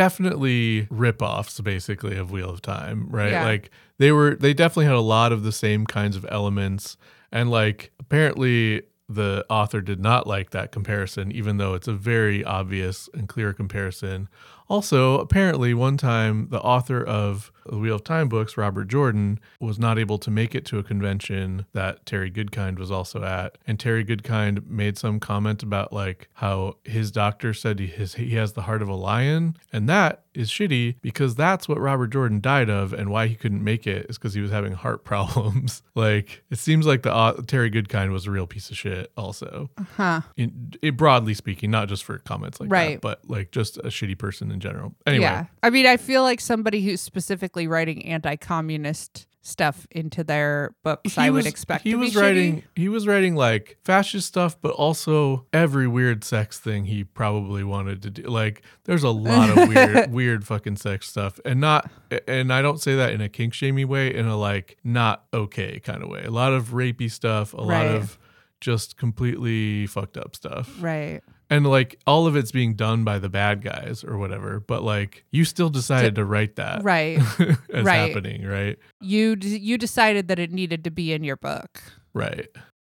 definitely ripoffs basically of Wheel of Time, right?
Yeah.
Like they were they definitely had a lot of the same kinds of elements. And like apparently the author did not like that comparison, even though it's a very obvious and clear comparison. Also, apparently, one time the author of the Wheel of Time books, Robert Jordan, was not able to make it to a convention that Terry Goodkind was also at. And Terry Goodkind made some comment about like how his doctor said he, his, he has the heart of a lion. And that is shitty because that's what Robert Jordan died of. And why he couldn't make it is because he was having heart problems. like, it seems like the au- Terry Goodkind was a real piece of shit, also
huh.
in, it, broadly speaking, not just for comments like
Uh-huh. Right.
that, but like just a shitty person in general. Anyway,
Yeah. I mean, I feel like somebody who's specifically writing anti-communist stuff into their books, I would expect.
he
to
was
be shitty.
writing he was writing like fascist stuff, but also every weird sex thing he probably wanted to do. Like there's a lot of weird weird fucking sex stuff, and not and I don't say that in a kink shamey way, in a like not okay kind of way. A lot of rapey stuff, a lot
Right.
of just completely fucked up stuff.
Right.
and like all of it's being done by the bad guys or whatever but like you still decided to write that
Right.
as
right.
happening right
you d- you decided that it needed to be in your book.
right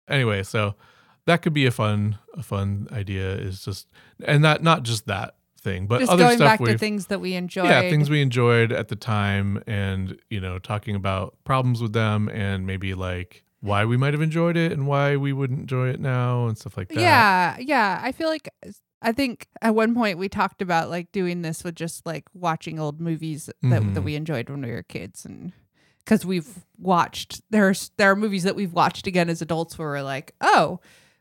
anyway so that could be a fun a fun idea is just and that not just that thing but
Just
other
going
stuff
back to
we've-
things that we enjoyed.
yeah things we enjoyed at the time and you know talking about problems with them and maybe like why we might have enjoyed it and why we wouldn't enjoy it now and stuff like that
Yeah, yeah. I feel like I think at one point we talked about like doing this with just like watching old movies that that
Mhm.
we enjoyed when we were kids and cuz we've watched there's there are movies that we've watched again as adults where we're like, "Oh,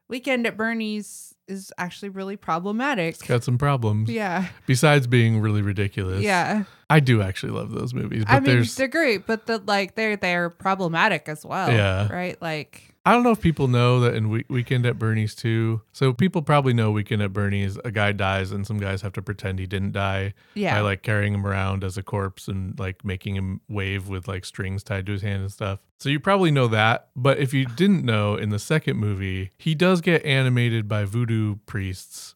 Weekend at Bernie's is actually really problematic."
it's got some problems
yeah.
besides being really ridiculous
Yeah.
I do actually love those movies, but
I mean,
there's
they're great, but the, like they're they're problematic as well,
Yeah.
right? Like
I don't know if people know that in we- Weekend at Bernie's too. So people probably know Weekend at Bernie's. A guy dies, and some guys have to pretend he didn't die
yeah.
by like carrying him around as a corpse and like making him wave with like strings tied to his hand and stuff. So you probably know that. But if you didn't know, in the second movie, he does get animated by voodoo priests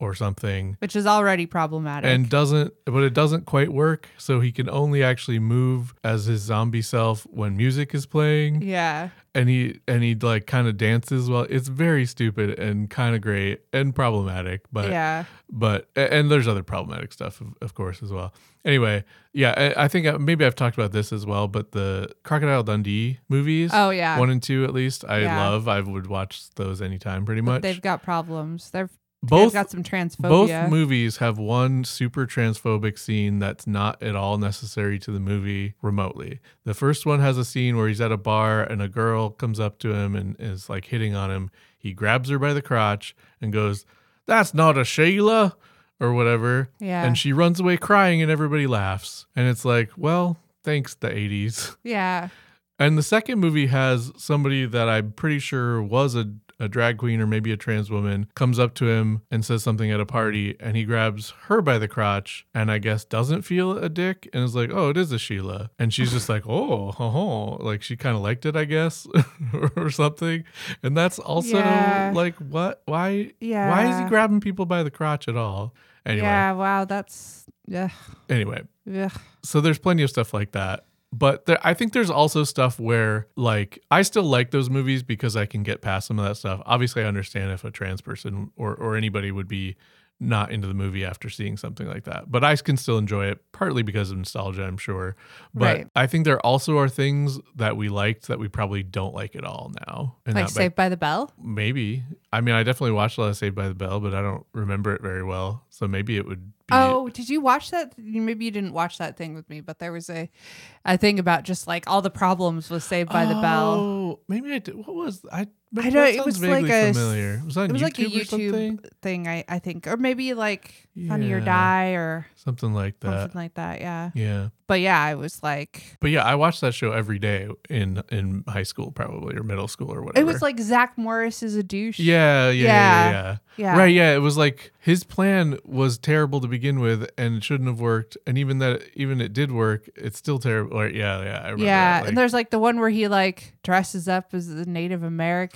or something.
which is already problematic.
and doesn't but it doesn't quite work so he can only actually move as his zombie self when music is playing
yeah.
and he and he like kind of dances well it's very stupid and kind of great and problematic but
yeah.
but a- and there's other problematic stuff of, of course as well anyway yeah I, I think I, maybe i've talked about this as well but the crocodile dundee movies
Oh yeah.
one and two at least i
Yeah.
love i would watch those anytime pretty much
They've got problems. They've
both
they've got some transphobia.
both movies have one super transphobic scene that's not at all necessary to the movie remotely. The first one has a scene where he's at a bar and a girl comes up to him and is like hitting on him. He grabs her by the crotch and goes, That's not a Sheila or whatever.
Yeah.
And she runs away crying and everybody laughs. And it's like, Well, thanks, the 80s.
yeah.
And the second movie has somebody that I'm pretty sure was a, a drag queen or maybe a trans woman comes up to him and says something at a party, and he grabs her by the crotch and I guess doesn't feel a dick and is like, oh, it is a Sheila. And she's just like, oh, ho, ho. like she kind of liked it, I guess, or something. And that's also
Yeah.
like, what? Why?
Yeah.
Why is he grabbing people by the crotch at all? Anyway,
Yeah. Wow. That's yeah.
anyway,
Yeah.
so there's plenty of stuff like that but there, i think there's also stuff where like i still like those movies because i can get past some of that stuff obviously i understand if a trans person or, or anybody would be not into the movie after seeing something like that but i can still enjoy it partly because of nostalgia i'm sure but
Right.
i think there also are things that we liked that we probably don't like at all now and
Like
that might-
Saved by the Bell.
maybe i mean i definitely watched a lot of saved by the bell but i don't remember it very well so maybe it would be
Oh, did you watch that? Maybe you didn't watch that thing with me, but there was a a thing about just like all the problems with Saved by the Bell.
Oh, Maybe I Oh, did. What was I? But
I know,
that
it
sounds
was
vaguely
like a-
familiar. It was on
it was
YouTube
like a
or something.
YouTube thing, I, I think, or maybe like Funny or
Yeah.
Die or
Something like that.
something like that. Yeah,
yeah.
but yeah, I was like,
But yeah, I watched that show every day in in high school probably or middle school or whatever.
it was like Zach Morris is a douche.
yeah, yeah, yeah, yeah, yeah.
yeah.
Right, yeah, it was like his plan was terrible to begin with and it shouldn't have worked and even that even it did work, it's still terrible. Or, yeah, yeah, I remember
Yeah,
that,
and
like-
there's like the one where he like dresses up as a Native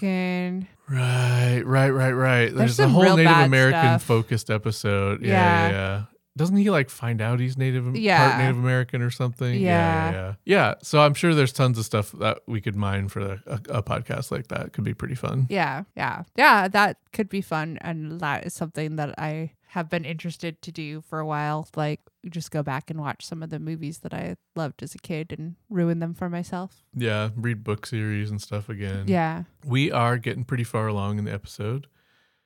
American.
Right, right, right, right. There's, a
some
whole
real
Native
bad
American
stuff.
focused episode. Yeah, yeah,
Yeah.
yeah. Doesn't he like find out he's Native part
Yeah.
Native American or something? yeah,
Yeah.
yeah. Yeah, so I'm sure there's tons of stuff that we could mine for a, a, a podcast like that. Could be pretty fun.
Yeah, yeah, yeah. That could be fun, and that is something that I have been interested to do for a while. Like, just go back and watch some of the movies that I loved as a kid and ruin them for myself.
Yeah, read book series and stuff again.
Yeah.
we are getting pretty far along in the episode.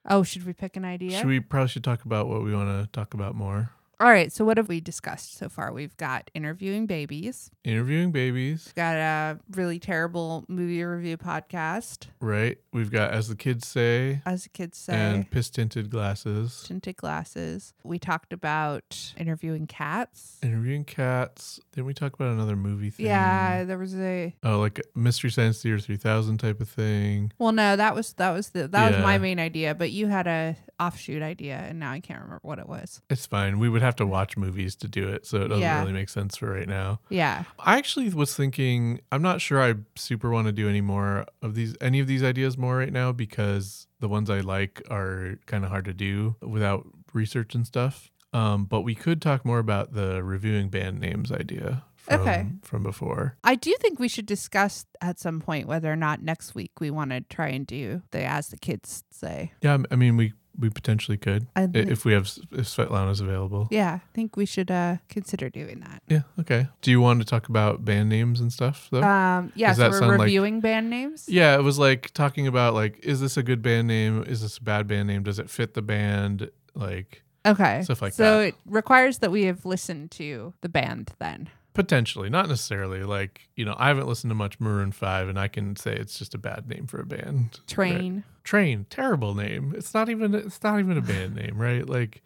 Oh, should we pick an idea?
Should we probably should talk about what we want to talk about more?
All right. So, what have we discussed so far? We've got interviewing babies.
Interviewing babies,
We've got a really terrible movie review podcast,
right? We've got as the kids say,
as the kids say.
and piss tinted glasses.
tinted glasses. We talked about interviewing cats.
Interviewing cats. Didn't we talk about another movie thing?
Yeah, there was a
Oh, like Mystery Science Theater 3000 type of thing.
well, no, that was that was the that was
Yeah.
my main idea, but you had a offshoot idea, and now I can't remember what it was.
It's fine. We would have to watch movies to do it, so it doesn't
Yeah.
really make sense for right now.
Yeah,
I actually was thinking, I'm not sure I super want to do any more of these, any of these ideas more right now because the ones I like are kind of hard to do without research and stuff. Um, but we could talk more about the reviewing band names idea from,
Okay.
from before.
I do think we should discuss at some point whether or not next week we want to try and do the as the kids say.
Yeah, I mean, we we potentially could
I
I
think-
if we have if Svetlana's available.
Mm-hmm. Yeah, I think we should uh consider doing that.
Yeah, Okay. Do you want to talk about band names and stuff though?
Um, yeah,
Oh. Does
so
that sound
we're
like-
reviewing band names.
yeah, it was like talking about like, is this a good band name? Is this a bad band name? Does it fit the band? Like
Okay,
Stuff like
so
that.
it requires that we have listened to the band then.
potentially, not necessarily. Like you know, I haven't listened to much Maroon Five, and I can say it's just a bad name for a band. Right.
Train.
Train, terrible name. It's not even. It's not even a band name, right? Like.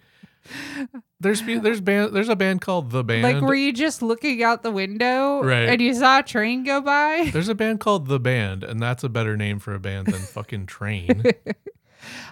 There's be- there's band there's a band called The Band.
Like, were you just looking out the window
Right.
and you saw a train go by?
There's a band called The Band, and that's a better name for a band than fucking Train.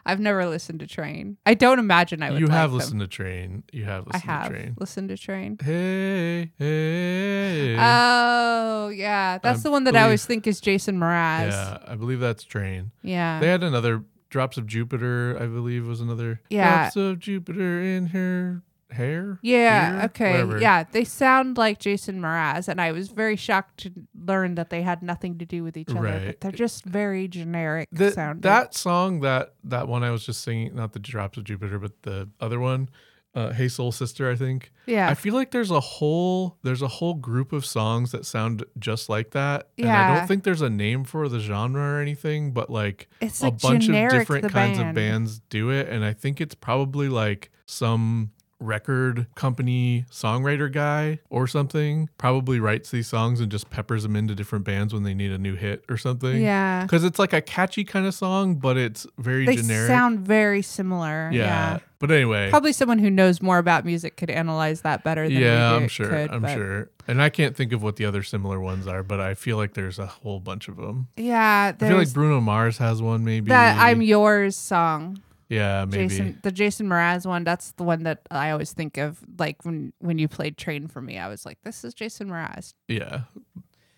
I've never listened to Train. I don't imagine I would.
you
like
have
them.
listened to Train. You have
I
listened
have
to Train.
listened to Train.
Hey, hey.
Oh yeah, that's
I
the one that I always think is Jason Mraz.
yeah, I believe that's Train.
yeah.
They had another Drops of Jupiter, I believe was another
Yeah.
Drops of Jupiter in her hair.
Yeah,
Ear?
okay.
Whatever.
Yeah, they sound like Jason Mraz, and I was very shocked to learn that they had nothing to do with each other.
Right.
But they're just very generic
The-
sounding.
that song that that one I was just singing, not the Drops of Jupiter, but the other one, uh, Hey Soul Sister, I think.
yeah.
I feel like there's a whole there's a whole group of songs that sound just like that. And I
Yeah.
don't think there's a name for the genre or anything, but like
it's
a
like
bunch of
generic,
different
the
kinds of
band.
bands do it. And I think it's probably like some record company songwriter guy or something probably writes these songs and just peppers them into different bands when they need a new hit or something.
Yeah.
Because it's like a catchy kind of song, but it's very
They
generic.
sound very similar.
yeah. But anyway.
Probably someone who knows more about music could analyze that better than
yeah
we do-
i'm sure
could,
i'm
but-
sure and i can't think of what the other similar ones are but i feel like there's a whole bunch of them
Yeah,
i feel
there's
like bruno mars has one maybe
that I'm Yours song.
yeah maybe
Jason the Jason Mraz one, that's the one that I always think of like when when you played Train for me, I was like, This is Jason Mraz.
yeah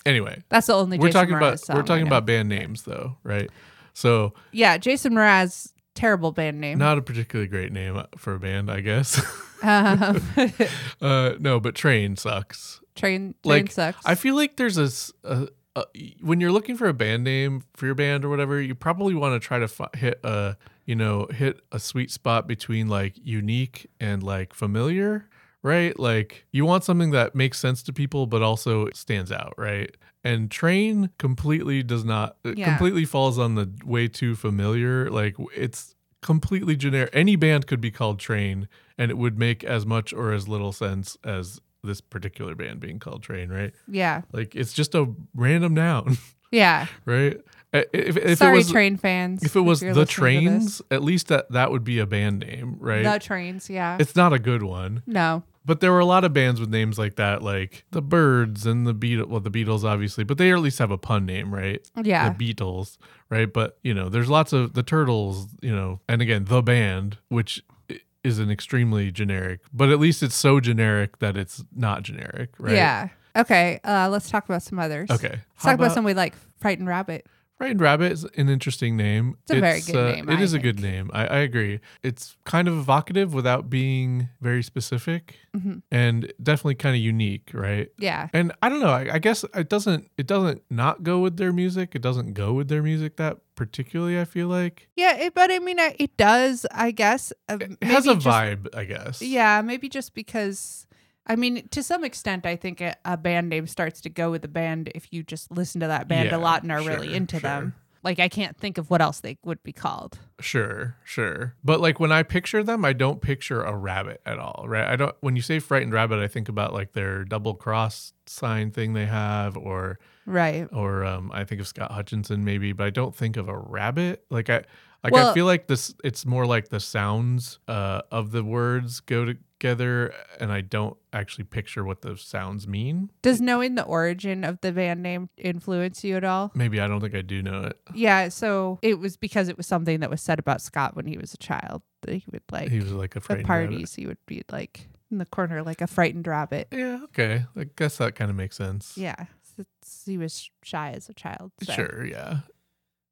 anyway
That's the only
we're
Jason
talking
Mraz
about
song
we're
I
talking
know.
about band names though right so
Yeah, Jason Mraz, terrible band name.
not a particularly great name uh, for a band i guess
um,
uh no but train sucks
train Train
Like,
sucks.
I feel like there's a, s- a- a- when you're looking for a band name for your band or whatever, you probably want to try to fi- hit a you know hit a sweet spot between like unique and like familiar, right? Like you want something that makes sense to people but also stands out, right? And train completely does not it
Yeah.
completely falls on the way too familiar. Like it's completely generic. Any band could be called train and it would make as much or as little sense as this particular band being called train, right?
yeah.
Like it's just a random noun.
Yeah.
right? I- If, if
Sorry,
it was,
train fans.
If it was
you're
the
listening to this.
trains, at least that that would be a band name, right?
The trains, yeah.
it's not a good one,
no.
but there were a lot of bands with names like that, like the Birds and the Beatles. Well, the Beatles, obviously, but they at least have a pun name, right?
Yeah.
The Beatles, right? But you know, there's lots of the Turtles, you know, and again, the band, which i- is an extremely generic, but at least it's so generic that it's not generic, right?
Yeah. Okay. Uh, let's talk about some others.
Okay.
Let's talk about, some we like. Frightened Rabbit.
Frightened Rabbit is an interesting name. uh,
It's a very good name,
It
I
is a good name. I, I agree. It's kind of evocative without being very specific,
Mhm.
and definitely kind of unique, right?
Yeah.
And I don't know. I, I guess it doesn't. It doesn't not go with their music. It doesn't go with their music that particularly. I feel like
Yeah. It, but I mean, I- it does, I guess. Uh,
it has a
maybe just-
vibe. I guess.
Yeah. Maybe just because. I mean, to some extent, I think a, a band name starts to go with the band if you just listen to that band
Yeah,
a lot and are really
sure,
into
sure.
them. Like, I can't think of what else they would be called.
Sure, sure. But like when I picture them, I don't picture a rabbit at all, right? I don't when you say frightened rabbit, I think about like their double cross sign thing they have or
Right.
or um I think of Scott Hutchinson maybe, but I don't think of a rabbit. Like I like I
Well-
feel like this it's more like the sounds uh of the words go together and I don't actually picture what those sounds mean.
Does knowing the origin of the band name influence you at all?
Maybe I don't think I do know it.
Yeah, so it was because it was something that was said about Scott when he was a child that he would like
He was like a
the
frightened rabbit.
parties. He would be like in the corner like a frightened rabbit.
Yeah, okay. I guess that kind of makes sense.
Yeah, since he was shy as a child. so- Um,
Sure, yeah.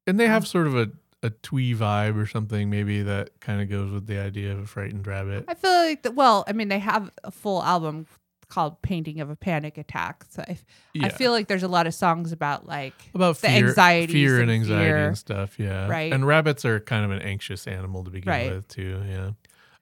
And they have sort of a, a twee vibe or something, maybe that kind of goes with the idea of a frightened rabbit.
I feel like that. Well, I mean, they have a full album called "Painting of a Panic Attack," so I,
Yeah.
I feel like there's a lot of songs about like
about
the
fear,
anxieties
fear and
and
anxiety
fear.
and stuff. Yeah,
Right.
And rabbits are kind of an anxious animal to begin
Right.
with, too. Yeah.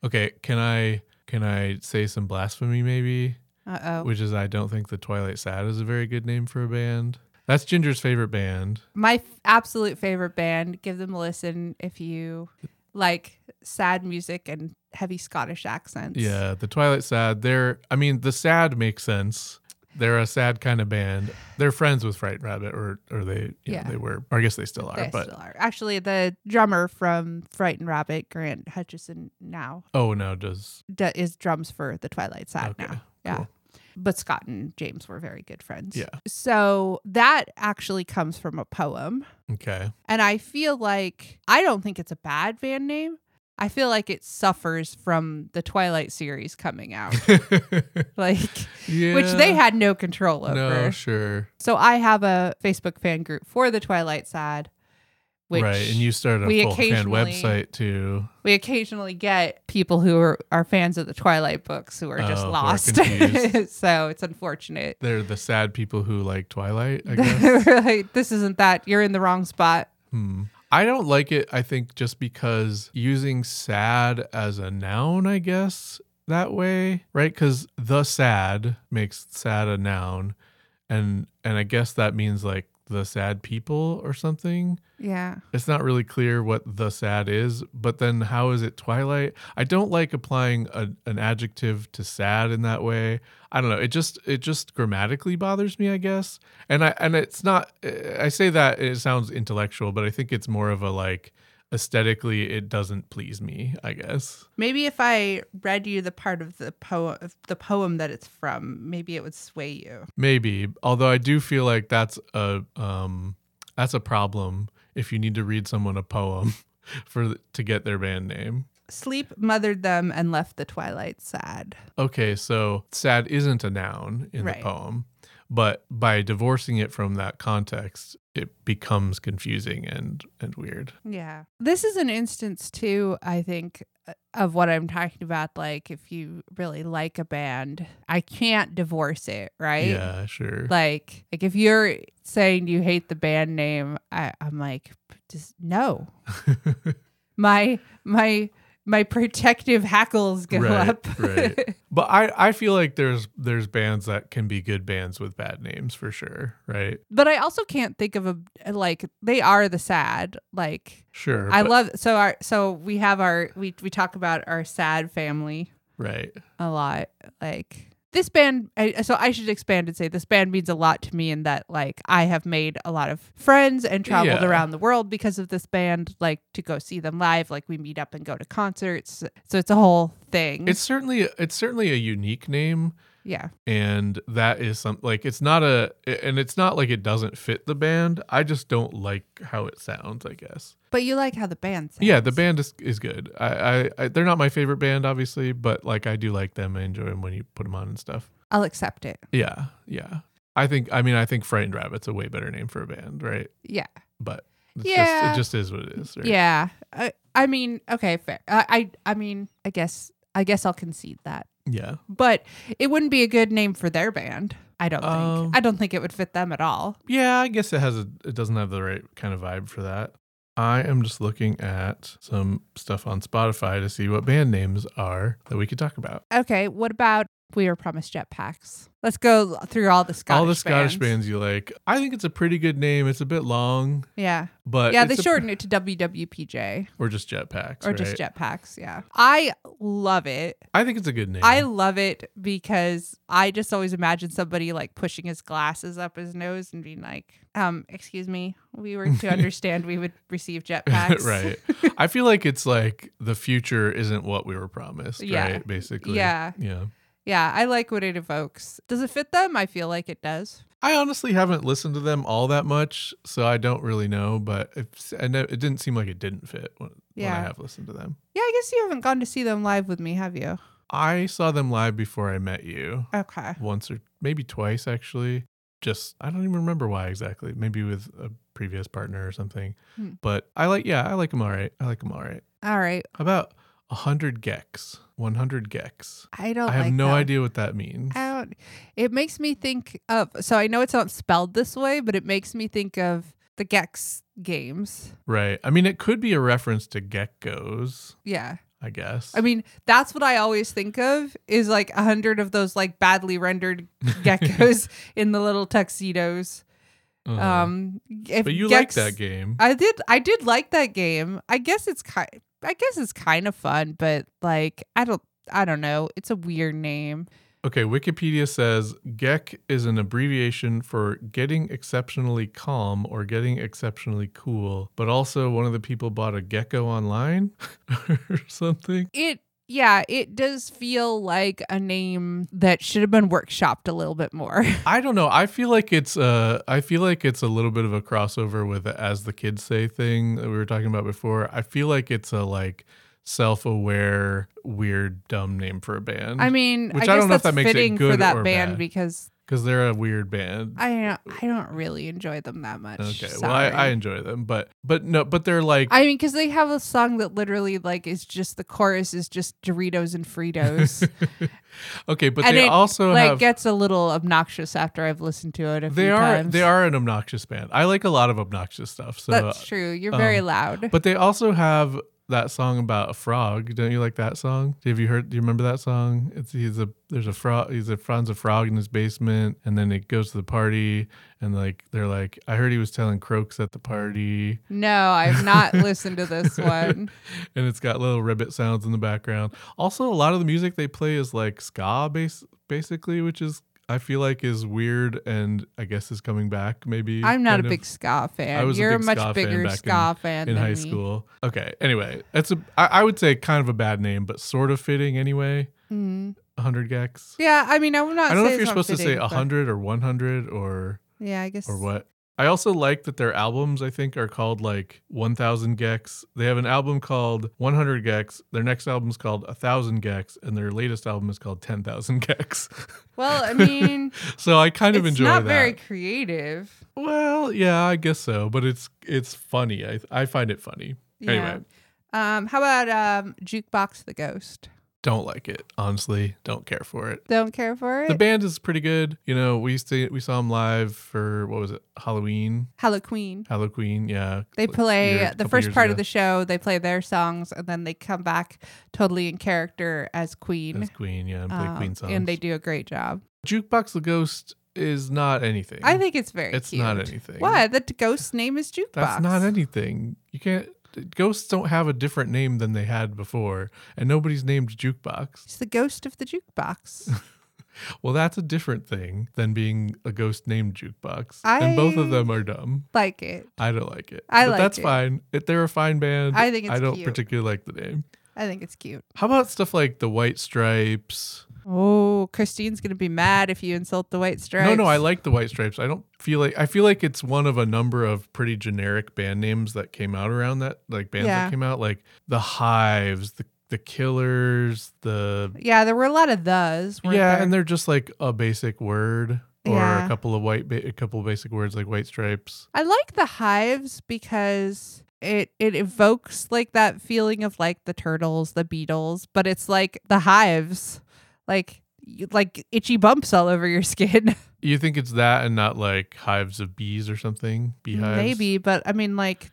Okay. Can I can I say some blasphemy, maybe?
uh oh.
Which is I don't think the Twilight Sad is a very good name for a band. That's Ginger's favorite band.
My f- absolute favorite band. Give them a listen if you like sad music and heavy Scottish accents.
Yeah, the Twilight Sad. They're, I mean, the sad makes sense. They're a sad kind of band. They're friends with Fright Rabbit, or or they, yeah,
Yeah.
they were, or I guess they still are.
They
but
still are. Actually, the drummer from Frightened Rabbit, Grant Hutchison, now
oh no, does
d- is drums for the Twilight Sad
Okay,
now. Yeah.
cool.
But Scott and James were very good friends.
Yeah.
So that actually comes from a poem.
okay,
And I feel like I don't think it's a bad band name. I feel like it suffers from the Twilight series coming out, like
yeah,
which they had no control over.
No, sure,
So I have a Facebook fan group for the Twilight Sad, which
right. And you started
we
a full fan
occasionally-
website too.
we occasionally get people who are, are fans of the Twilight books who are just
Oh, who are
lost.
confused.
so it's unfortunate.
They're the sad people who like Twilight. I guess.
We're like, this isn't that. You're in the wrong spot.
Hmm. I don't like it, I think, just because using sad as a noun, I guess, that way, right? Because the sad makes sad a noun. And and I guess that means like the sad people or something.
Yeah.
It's not really clear what the sad is, but then how is it twilight? I don't like applying a, an adjective to sad in that way. I don't know. It just it just grammatically bothers me, I guess. And I and it's not. I say that it sounds intellectual, but I think it's more of a like aesthetically it doesn't please me. I guess.
Maybe if I read you the part of the poem, the poem that it's from, maybe it would sway you.
Maybe, although I do feel like that's a um, that's a problem if you need to read someone a poem for to get their band name.
Sleep mothered them and left the twilight sad.
Okay, so sad isn't a noun in the
Right.
poem, but by divorcing it from that context, it becomes confusing and and weird.
Yeah. This is an instance too, I think, uh, of what I'm talking about. Like if you really like a band, I can't divorce it, right?
Yeah, sure.
Like like if you're saying you hate the band name, I, I'm like, just no. My my my protective hackles go
Right,
up.
right. but I I feel like there's there's bands that can be good bands with bad names for sure, right?
but I also can't think of a like they are the sad. Like
Sure.
I
but-
love so our so we have our we we talk about our sad family.
right.
a lot. Like this band I, so i should expand and say this band means a lot to me in that like i have made a lot of friends and traveled
Yeah.
around the world because of this band like to go see them live like we meet up and go to concerts so it's a whole thing
It's certainly it's certainly a unique name,
yeah
and that is some like it's not a and it's not like it doesn't fit the band. I just don't like how it sounds. I guess.
but you like how the band sounds
Yeah, the band is is good. I, I, I they're not my favorite band, obviously, but like I do like them. I enjoy them when you put them on and stuff.
i'll accept it
Yeah, yeah. I think I mean I think Frightened Rabbit's a way better name for a band, right?
yeah
But it's
Yeah.
just, it just is what it is. Right?
yeah I, I mean okay fair I, I i mean i guess i guess i'll concede that
yeah.
but it wouldn't be a good name for their band i don't
Um,
think i don't think it would fit them at all
Yeah, I guess it has a it doesn't have the right kind of vibe for that. I am just looking at some stuff on Spotify to see what band names are that we could talk about.
Okay, what about We Were Promised Jetpacks? Let's go through all the Scottish
All the Scottish bands. you like. I think it's a pretty good name. It's a bit long,
Yeah.
but
yeah, they
Uh, it's a-
shortened it to WWPJ
or just Jetpacks
or
right?
just Jetpacks, yeah. I love it.
I think it's a good name.
I love it because I just always imagine somebody like pushing his glasses up his nose and being like, um, excuse me, we were to understand we would receive jetpacks.
right. I feel like it's like the future isn't what we were promised,
Yeah.
right? Basically.
Yeah.
Yeah.
Yeah, I like what it evokes. Does it fit them? I feel like it does.
I honestly haven't listened to them all that much, so I don't really know, but it, I know, it didn't seem like it didn't fit when, when I
Yeah.
have listened to them.
Yeah, I guess you haven't gone to see them live with me, have you?
I saw them live before I met you
Okay.
once or maybe twice, actually. Just, I don't even remember why exactly. Maybe with a previous partner or something.
Hmm.
But I like, yeah, I like them all right. I like them all right.
All right.
How about 100 gecks? 100 gecks.
I don't
I have
like
no
them.
idea what that means.
out. It makes me think of so I know it's not spelled this way, but it makes me think of the Gex games.
Right. I mean, it could be a reference to geckos,
Yeah.
I guess.
I mean, that's what I always think of is like a hundred of those like badly rendered geckos in the little tuxedos.
Uh-huh.
Um if
but you
Gex-
like that game.
I did I did like that game. I guess it's kind I guess it's kind of fun, but like I don't I don't know. It's a weird name.
okay, Wikipedia says Geck is an abbreviation for getting exceptionally calm or getting exceptionally cool, but also one of the people bought a gecko online or something.
it yeah it does feel like a name that should have been workshopped a little bit more
I don't know. I feel like it's uh I feel like it's a little bit of a crossover with the as the kids say thing that we were talking about before. I feel like it's a like self-aware weird dumb name for a band.
i mean
Which
i
I
guess
don't know if
that's
that makes it
fitting for
good
that
or
band
bad.
because
because they're a weird band.
i don't i don't really enjoy them that much
okay, well, I, I
sorry.
enjoy them, but but no, but they're like
I mean, because they have a song that literally, like, is just the chorus is just Doritos and Fritos,
okay, but
and
they
it
also
like
have
gets a little obnoxious after I've listened to it a
they
few
are
times.
they are an obnoxious band. I like a lot of obnoxious stuff. So,
That's true. You're very
um,
loud.
but they also have that song about a frog. Don't you like that song? Have you heard? Do you remember that song? It's he's a there's a frog. He's a finds a frog in his basement, and then it goes to the party, and like they're like, I heard he was telling croaks at the party.
no, I've not listened to this one.
and it's got little ribbit sounds in the background. Also, a lot of the music they play is like ska base basically, which is I feel like is weird and I guess is coming back maybe.
I'm not
kind
a
of,
big ska fan.
was a
You're a,
big
much
ska fan
bigger
back in-
ska fan
in
than
high
me.
school. Okay. Anyway, that's a I, I would say kind of a bad name, but sort of fitting anyway.
Mhm.
100 gex.
Yeah, I mean, I'm not.
I don't know
saying
if you're
it's not
supposed to say
fitting, but-
100 or 100 or
Yeah, I guess.
or what. I also like that their albums, I think, are called like 1000 Gex. They have an album called 100 Gex. Their next album's called 1000 Gex. And their latest album is called 10,000 Gex.
Well, I mean,
so I kind of
it's
enjoy
not
that.
very creative.
well, yeah, I guess so. But it's it's funny. I, I find it funny.
Yeah.
Anyway.
Um, how about um, jukebox the ghost?
Don't like it. Honestly, don't care for it.
Don't care for
The
it.
band is pretty good. You know, we used to, we saw them live for, what was it, Halloween?
Hello Queen.
Halloween, yeah.
They
like a
play
year-
the
couple
first
years
part
ago.
of the show. They play their songs, and then they come back totally in character as Queen.
That's Queen, yeah, and play
Um,
Queen songs.
and they do a great job.
Jukebox the Ghost is not anything.
I think it's very.
it's
cute.
not anything.
What the t- ghost's name is jukebox.
That's not anything. You can't. Ghosts don't have a different name than they had before, and nobody's named Jukebox.
It's the ghost of the jukebox.
Well, that's a different thing than being a ghost named Jukebox. and both of
I-
them are dumb.
Like it.
I don't like it.
I
but
like
that's
it.
fine. If they're a fine band.
I think
I
it's
don't
cute.
particularly like the name.
I think it's cute.
How about stuff like the White Stripes?
Oh, Christine's gonna be mad if you insult the white stripes.
No, no, I like the White Stripes. I don't feel like I feel like it's one of a number of pretty generic band names that came out around that, like bands
Yeah.
that came out, like the Hives, the the Killers, the
Yeah, there were a lot of thes. weren't
yeah,
there?
and they're just like a basic word or
Yeah.
a couple of white, ba- a couple of basic words like White Stripes.
I like the hives because it it evokes like that feeling of like the turtles, the beetles, but it's like the hives, like you- like itchy bumps all over your skin.
You think it's that and not like hives of bees or something? Beehives?
Maybe, but I mean like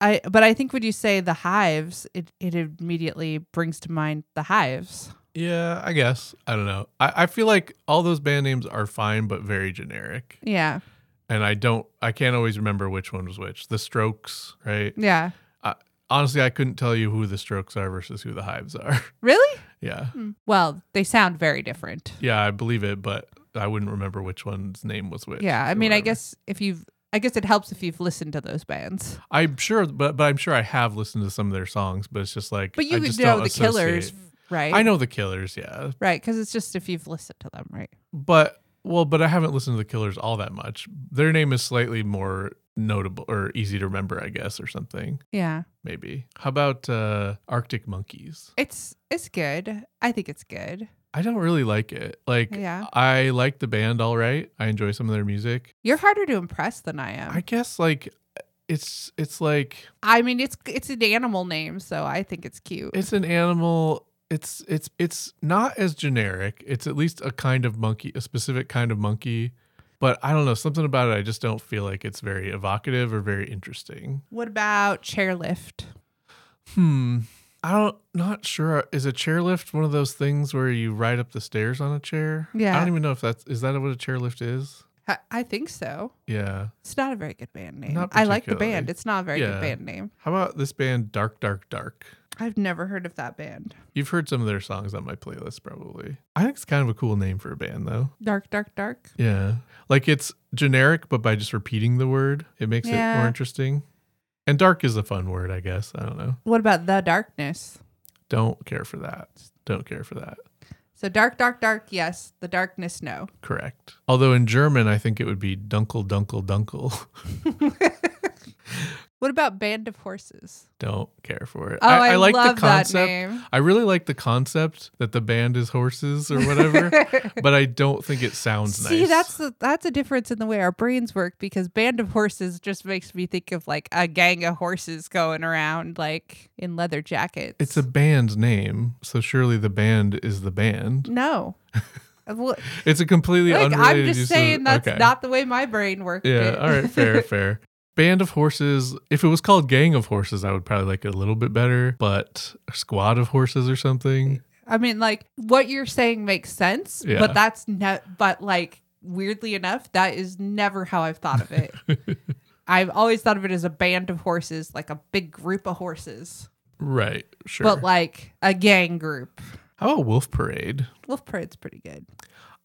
I but I think when you say the hives, it it immediately brings to mind the hives.
Yeah, I guess. I don't know. I, I feel like all those band names are fine, but very generic.
Yeah.
And I don't, I can't always remember which one was which. The Strokes, right?
Yeah.
Honestly, I couldn't tell you who the Strokes are versus who the Hives are.
Really?
yeah.
Well, they sound very different.
Yeah, I believe it, but I wouldn't remember which one's name was which.
Yeah, I
or
mean, I
whatever.
guess if you've I guess it helps if you've listened to those bands.
I'm sure, but, but I'm sure I have listened to some of their songs, but it's just like,
But
I
you
just
know
don't
the Killers,
associate-
right?
I know the Killers, yeah.
Right, because it's just if you've listened to them, right?
but well, but I haven't listened to the Killers all that much. Their name is slightly more notable or easy to remember, I guess, or something.
Yeah,
Maybe. How about uh, Arctic Monkeys?
it's it's good. I think it's good.
I don't really like it. Like,
Yeah.
I like the band all right. I enjoy some of their music.
You're harder to impress than I am.
I
I,
guess like it's it's like
mean, it's it's an animal name, so I think it's cute.
it's an animal. It's it's it's not as generic. It's at least a kind of monkey, a specific kind of monkey. But I don't know something about it. I just don't feel like it's very evocative or very interesting.
what about chairlift?
Hmm. I don't not sure. Is a chairlift one of those things where you ride up the stairs on a chair? I
Yeah.
don't even know if that's is that what a chairlift is?
I, I think so.
Yeah.
It's not a very good band name.
Not
I like the
particularly.
band. It's not a very
Yeah.
good band name.
How about this band Dark Dark Dark?
I've never heard of that band.
You've heard some of their songs on my playlist probably. I think it's kind of a cool name for a band though.
Dark, dark, dark.
Yeah. Like it's generic but by just repeating the word, it makes it more
Yeah.
interesting. And dark is a fun word, I guess. I don't know.
What about the darkness?
Don't care for that. Don't care for that.
So dark, dark, dark. Yes. The darkness. No.
Correct. Although in German, I think it would be Dunkel Dunkel Dunkel.
What about band of horses?
don't care for it.
Oh, I,
like
love
the concept.
that name.
I really like the concept that the band is horses or whatever, but I don't think it sounds nice.
See, that's the, that's a difference in the way our brains work because Band of Horses just makes me think of like a gang of horses going around like in leather jackets.
it's a band name, so surely the band is the band.
no. Well,
It's a completely
Look,
unrelated.
I'm just
use
saying
of,
that's
okay.
not the way my brain worked.
Yeah.
it.
All right. Fair. fair. Band of horses. If it was called Gang of Horses, I would probably like it a little bit better. But Squad of Horses or something.
I mean, like what you're saying makes sense,
Yeah.
but that's not. But like weirdly enough, that is never how I've thought of it. I've always thought of it as a band of horses, like a big group of horses,
Right. Sure.
but like a gang group.
How about Wolf Parade?
Wolf Parade's pretty good.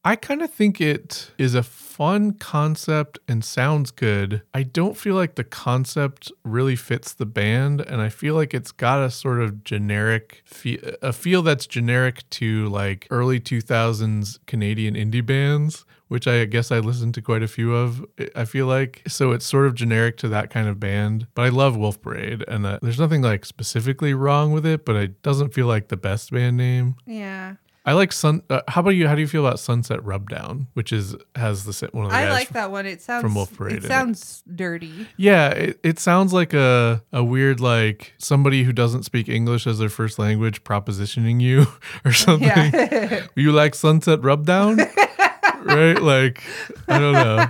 I kind of think it is a fun concept and sounds good. I don't feel like the concept really fits the band, and I feel like it's got a sort of generic feel, a feel that's generic to like early 2000s Canadian indie bands, which I guess I listened to quite a few of. I feel like so it's sort of generic to that kind of band. But I love Wolf Parade, and uh, there's nothing like specifically wrong with it, but it doesn't feel like the best band name.
Yeah,
I like sun. Uh, how about you? How do you feel about Sunset Rubdown, which is has the si- one of the
I
guys
like
from-
that one. It sounds
from Wolf Parade,
It
isn't it?
sounds dirty.
Yeah, it, it sounds like a a weird like somebody who doesn't speak English as their first language propositioning you or something.
Yeah,
You like Sunset Rubdown, right? Like I don't know.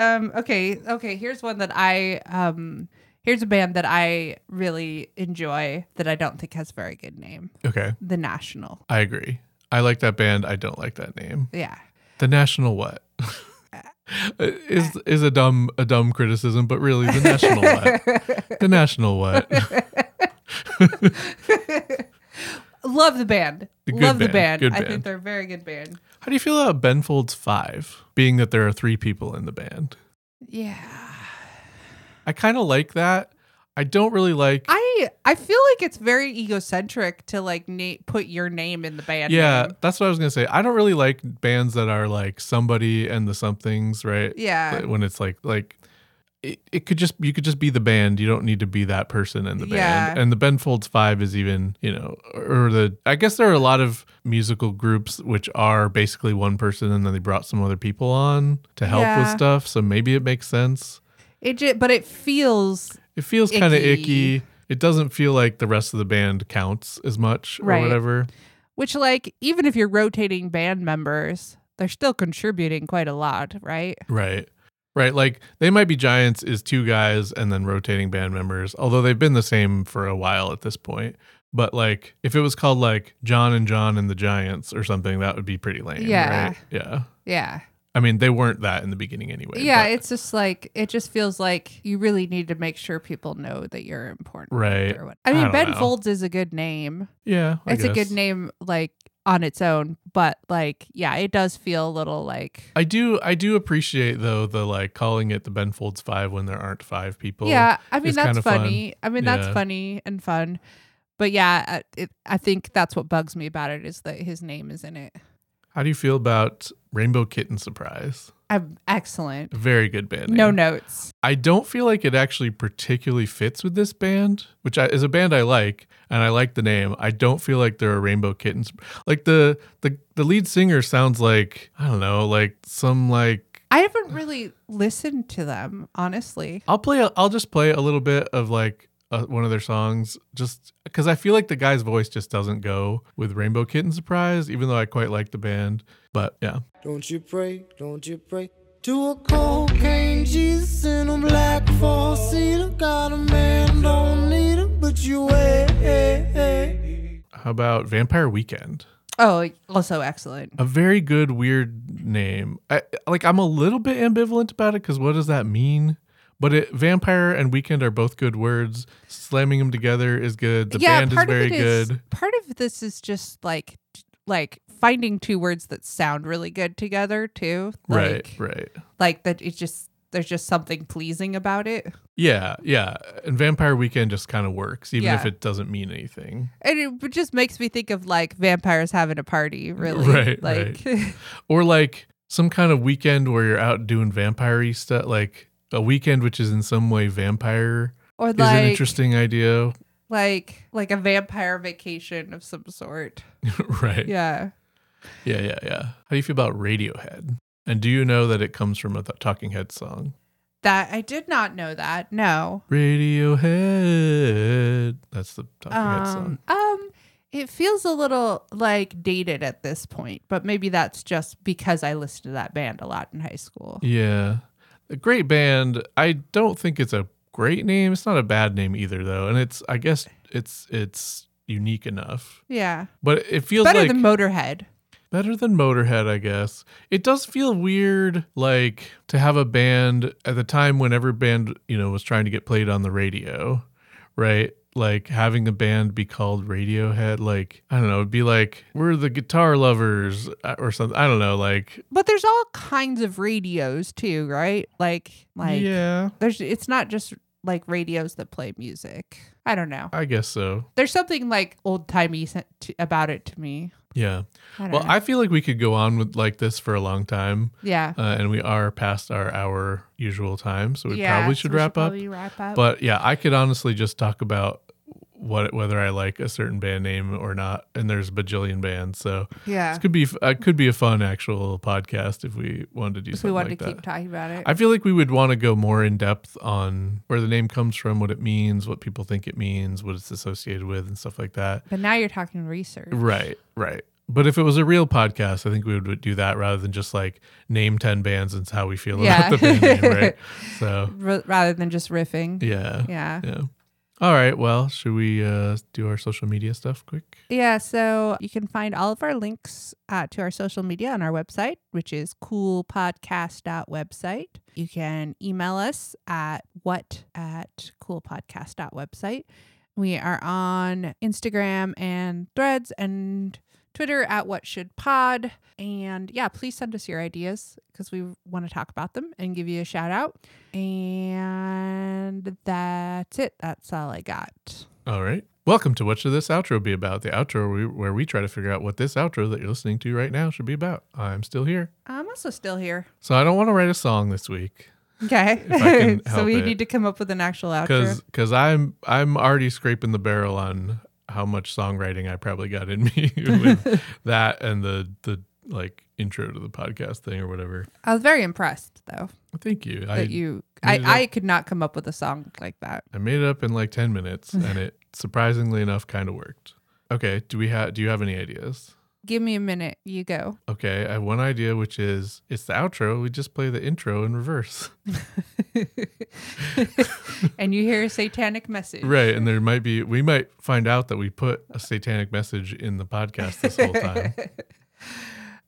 um okay okay here's one that i um here's a band that i really enjoy that i don't think has a very good name
Okay,
the national
I agree. I like that band. I don't like that name.
yeah
The National what? is is a dumb a dumb criticism, but really the National what? The National what?
love the band
A good
Love the
band,
band.
good
I
band.
think they're a very good band.
How do you feel about Ben Folds Five, being that there are three people in the band?
Yeah.
I kind of like that. I don't really like.
I I feel like it's very egocentric to like na- put your name in the band.
yeah,
name.
that's what I was gonna say. I don't really like bands that are like somebody and the somethings, right?
Yeah.
But When it's like like. It, it could just you could just be the band. You don't need to be that person in the band.
Yeah.
And the Ben Folds Five is even you know, or the I guess there are a lot of musical groups which are basically one person, and then they brought some other people on to help with
Yeah.
stuff. So maybe it makes sense.
It ju- but it feels
It feels kind of
Icky.
icky. It doesn't feel like the rest of the band counts as much or
Right.
whatever.
which like even if you're rotating band members, they're still contributing quite a lot, right?
Right. Right. Like They Might Be Giants is two guys and then rotating band members, although they've been the same for a while at this point. But like if it was called like John and John and the Giants or something, that would be pretty lame.
Yeah.
Right? Yeah.
Yeah.
I mean, they weren't that in the beginning anyway.
yeah,
but-
it's just like it just feels like you really need to make sure people know that you're important.
Right.
or what- I
I
mean,
don't
Ben
know.
Folds is a good name.
Yeah. I
it's a
guess.
good name like on its own, but like yeah, it does feel a little like
I do I do appreciate though the like calling it the Ben Folds five when there aren't five people.
yeah i mean
is
that's
kinda fun.
funny i mean that's
Yeah.
funny and fun but yeah I- it, i think that's what bugs me about it is that his name is in it
How do you feel about Rainbow Kitten Surprise?
i'm excellent
A very good band.
no
name.
notes
I don't feel like it actually particularly fits with this band, which I, is a band I like, and I like the name. I don't feel like they're a Rainbow Kittens. Like the the the lead singer sounds like I don't know, like some like
i haven't really listened to them honestly
I'll play. I'll just play a little bit of like uh, one of their songs, just because I feel like the guy's voice just doesn't go with Rainbow Kitten Surprise, even though I quite like the band. But yeah,
Don't you pray, don't you pray to a cocaine Jesus in a black four seater. Got a man, don't need him, but you wait.
how about Vampire Weekend?
oh also excellent
a very good weird name I, like i'm a little bit ambivalent about it because what does that mean but it vampire and weekend are both good words slamming them together is good the
yeah
band is
part
very
of it is-
good
part of this is just like like finding two words that sound really good together too like,
right right
like that it just there's just something pleasing about it
yeah yeah and vampire weekend just kind of works even if
Yeah.
it doesn't mean anything
And it b- just makes me think of like vampires having a party, really.
Right,
Like,
or like some kind of weekend where you're out doing vampire stuff like a weekend which is in some way vampire
or
is an
like,
interesting idea
like, like a vampire vacation of some sort.
right
Yeah.
Yeah, yeah, yeah. How do you feel about Radiohead? And do you know that it comes from a th- Talking Head song?
That I did not know that. No.
Radiohead. That's the Talking Head
Um,
song.
um, it feels a little like dated at this point, but maybe that's just because I listened to that band a lot in high school.
Yeah. A great band. I don't think it's a great name. It's not a bad name either though. And it's I guess it's it's unique enough.
Yeah.
But it feels
Better
like
than Motorhead.
better than Motorhead, I guess. It does feel weird like to have a band at the time when every band, you know, was trying to get played on the radio, right? Like having a band be called Radiohead, like I don't know, it'd be like we're the guitar lovers uh, or something. I don't know, like,
But there's all kinds of radios too, right? Like, like,
yeah,
there's it's not just like radios that play music i don't know
I guess so.
there's something like old-timey sen- t- about it to me
Yeah.
I don't
Well,
know.
I feel like we could go on with like this for a long time,
yeah
uh, and we are past our hour usual time, so we
Yeah,
probably
so
should
we
wrap up.
probably wrap up
But yeah, I could honestly just talk about what whether I like a certain band name or not, and there's a bajillion bands, so
yeah
this could be uh, could be a fun actual podcast if we wanted to do
if
something
we wanted
like
to
that.
keep talking about it
I feel like we would want to go more in depth on where the name comes from, what it means, what people think it means, what it's associated with, and stuff like that.
but now you're talking research
Right, right. But if it was a real podcast, I think we would do that rather than just like name ten bands and how we feel
Yeah.
about the band name, right? So
R- rather than just riffing
yeah,
yeah. yeah
yeah. All right. Well, should we uh, do our social media stuff quick?
so you can find all of our links uh, to our social media on our website which is coolpodcast.website you can email us at what at coolpodcast.website We are on Instagram and Threads and Twitter at What Should Pod. And yeah, please send us your ideas because we want to talk about them and give you a shout out. And that's it. That's all I got.
All right. Welcome to What Should This Outro Be About? The outro we, where we try to figure out what this outro that you're listening to right now should be about. I'm still here.
I'm also still here.
So I don't want to write a song this week
Okay.
If I can
so
help
we
it.
need to come up with an actual outro.
because cause I'm, I'm already scraping the barrel on how much songwriting I probably got in me with that and the, the like intro to the podcast thing or whatever.
I was very impressed though
Thank you. I,
that you
made
I,
it up.
I could not come up with a song like that.
I made it up in like 10 minutes and it surprisingly enough kind of worked. Okay, do we have do you have any ideas?
Give me a minute, you go.
Okay, I have one idea which is it's the outro, we just play the intro in reverse.
and you hear a satanic message.
Right, and there might be we might find out that we put a satanic message in the podcast this whole time.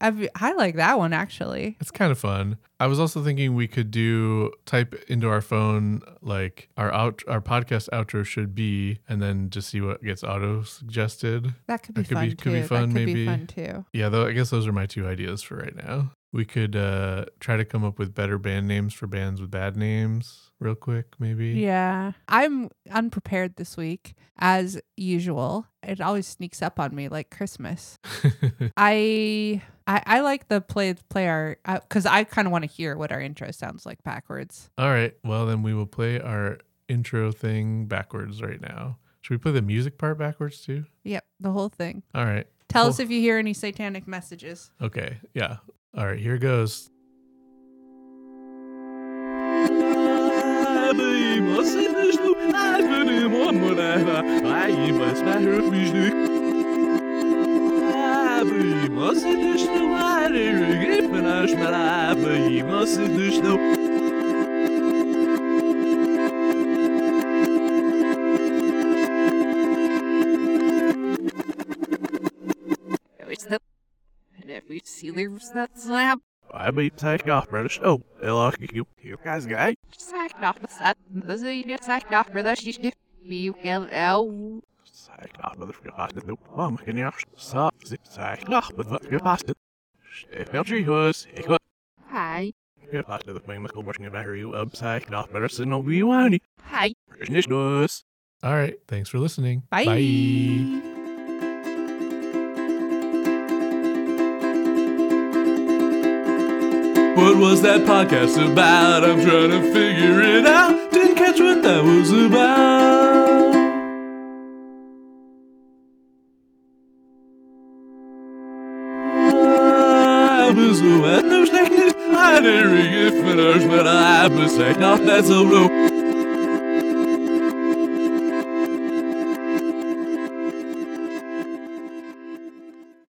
I've, I like that one actually.
It's kind of fun. I was also thinking we could do type into our phone like our out our podcast outro should be and then just see what gets auto suggested.
That could be
That could
fun
be- could
too.
be fun,
that could
maybe.
be fun too.
Yeah, though I guess those are my two ideas for right now. We could uh try to come up with better band names for bands with bad names real quick, maybe.
Yeah. I'm unprepared this week as usual. It always sneaks up on me like Christmas. I I, I like the play play our because I kind of want to hear what our intro sounds like backwards.
All right. Well then we will play our intro thing backwards right now. Should we play the music part backwards too?
Yep, the whole thing.
All right.
Tell
Cool.
us if you hear any satanic messages.
Okay. Yeah. All right, here goes.
Ágyaim a színes ló, átveném a monává, ágyaim a szpáros vizsnők. Ágyaim a színes ló, átérő gépen ásmár, ágyaim a színes ló.
Is that- and if we see leaves that slap,
Ágyaim szájt off, brother, so, elakítjuk, hívkáz gáj.
sacked off the set, the city gets sacked off for the shit. We will out.
Szájt off, brother, gepásztat, ló, mam, kenyás, szá, zip, szájt off, brother, gepásztat. Sefelsíhoz, ékva,
Hi.
gepásztat, meg megkomorsni a várjú, abszájt off, brother, színó, bíványi,
Hi.
Er
vizsnős nósz.
All right. Thanks for listening.
Bye.
Bye.
What was that podcast about? I'm trying to figure it out. Didn't catch what that was about. I was so at no snack I didn't ring it for nurse, but I was like, not that so low.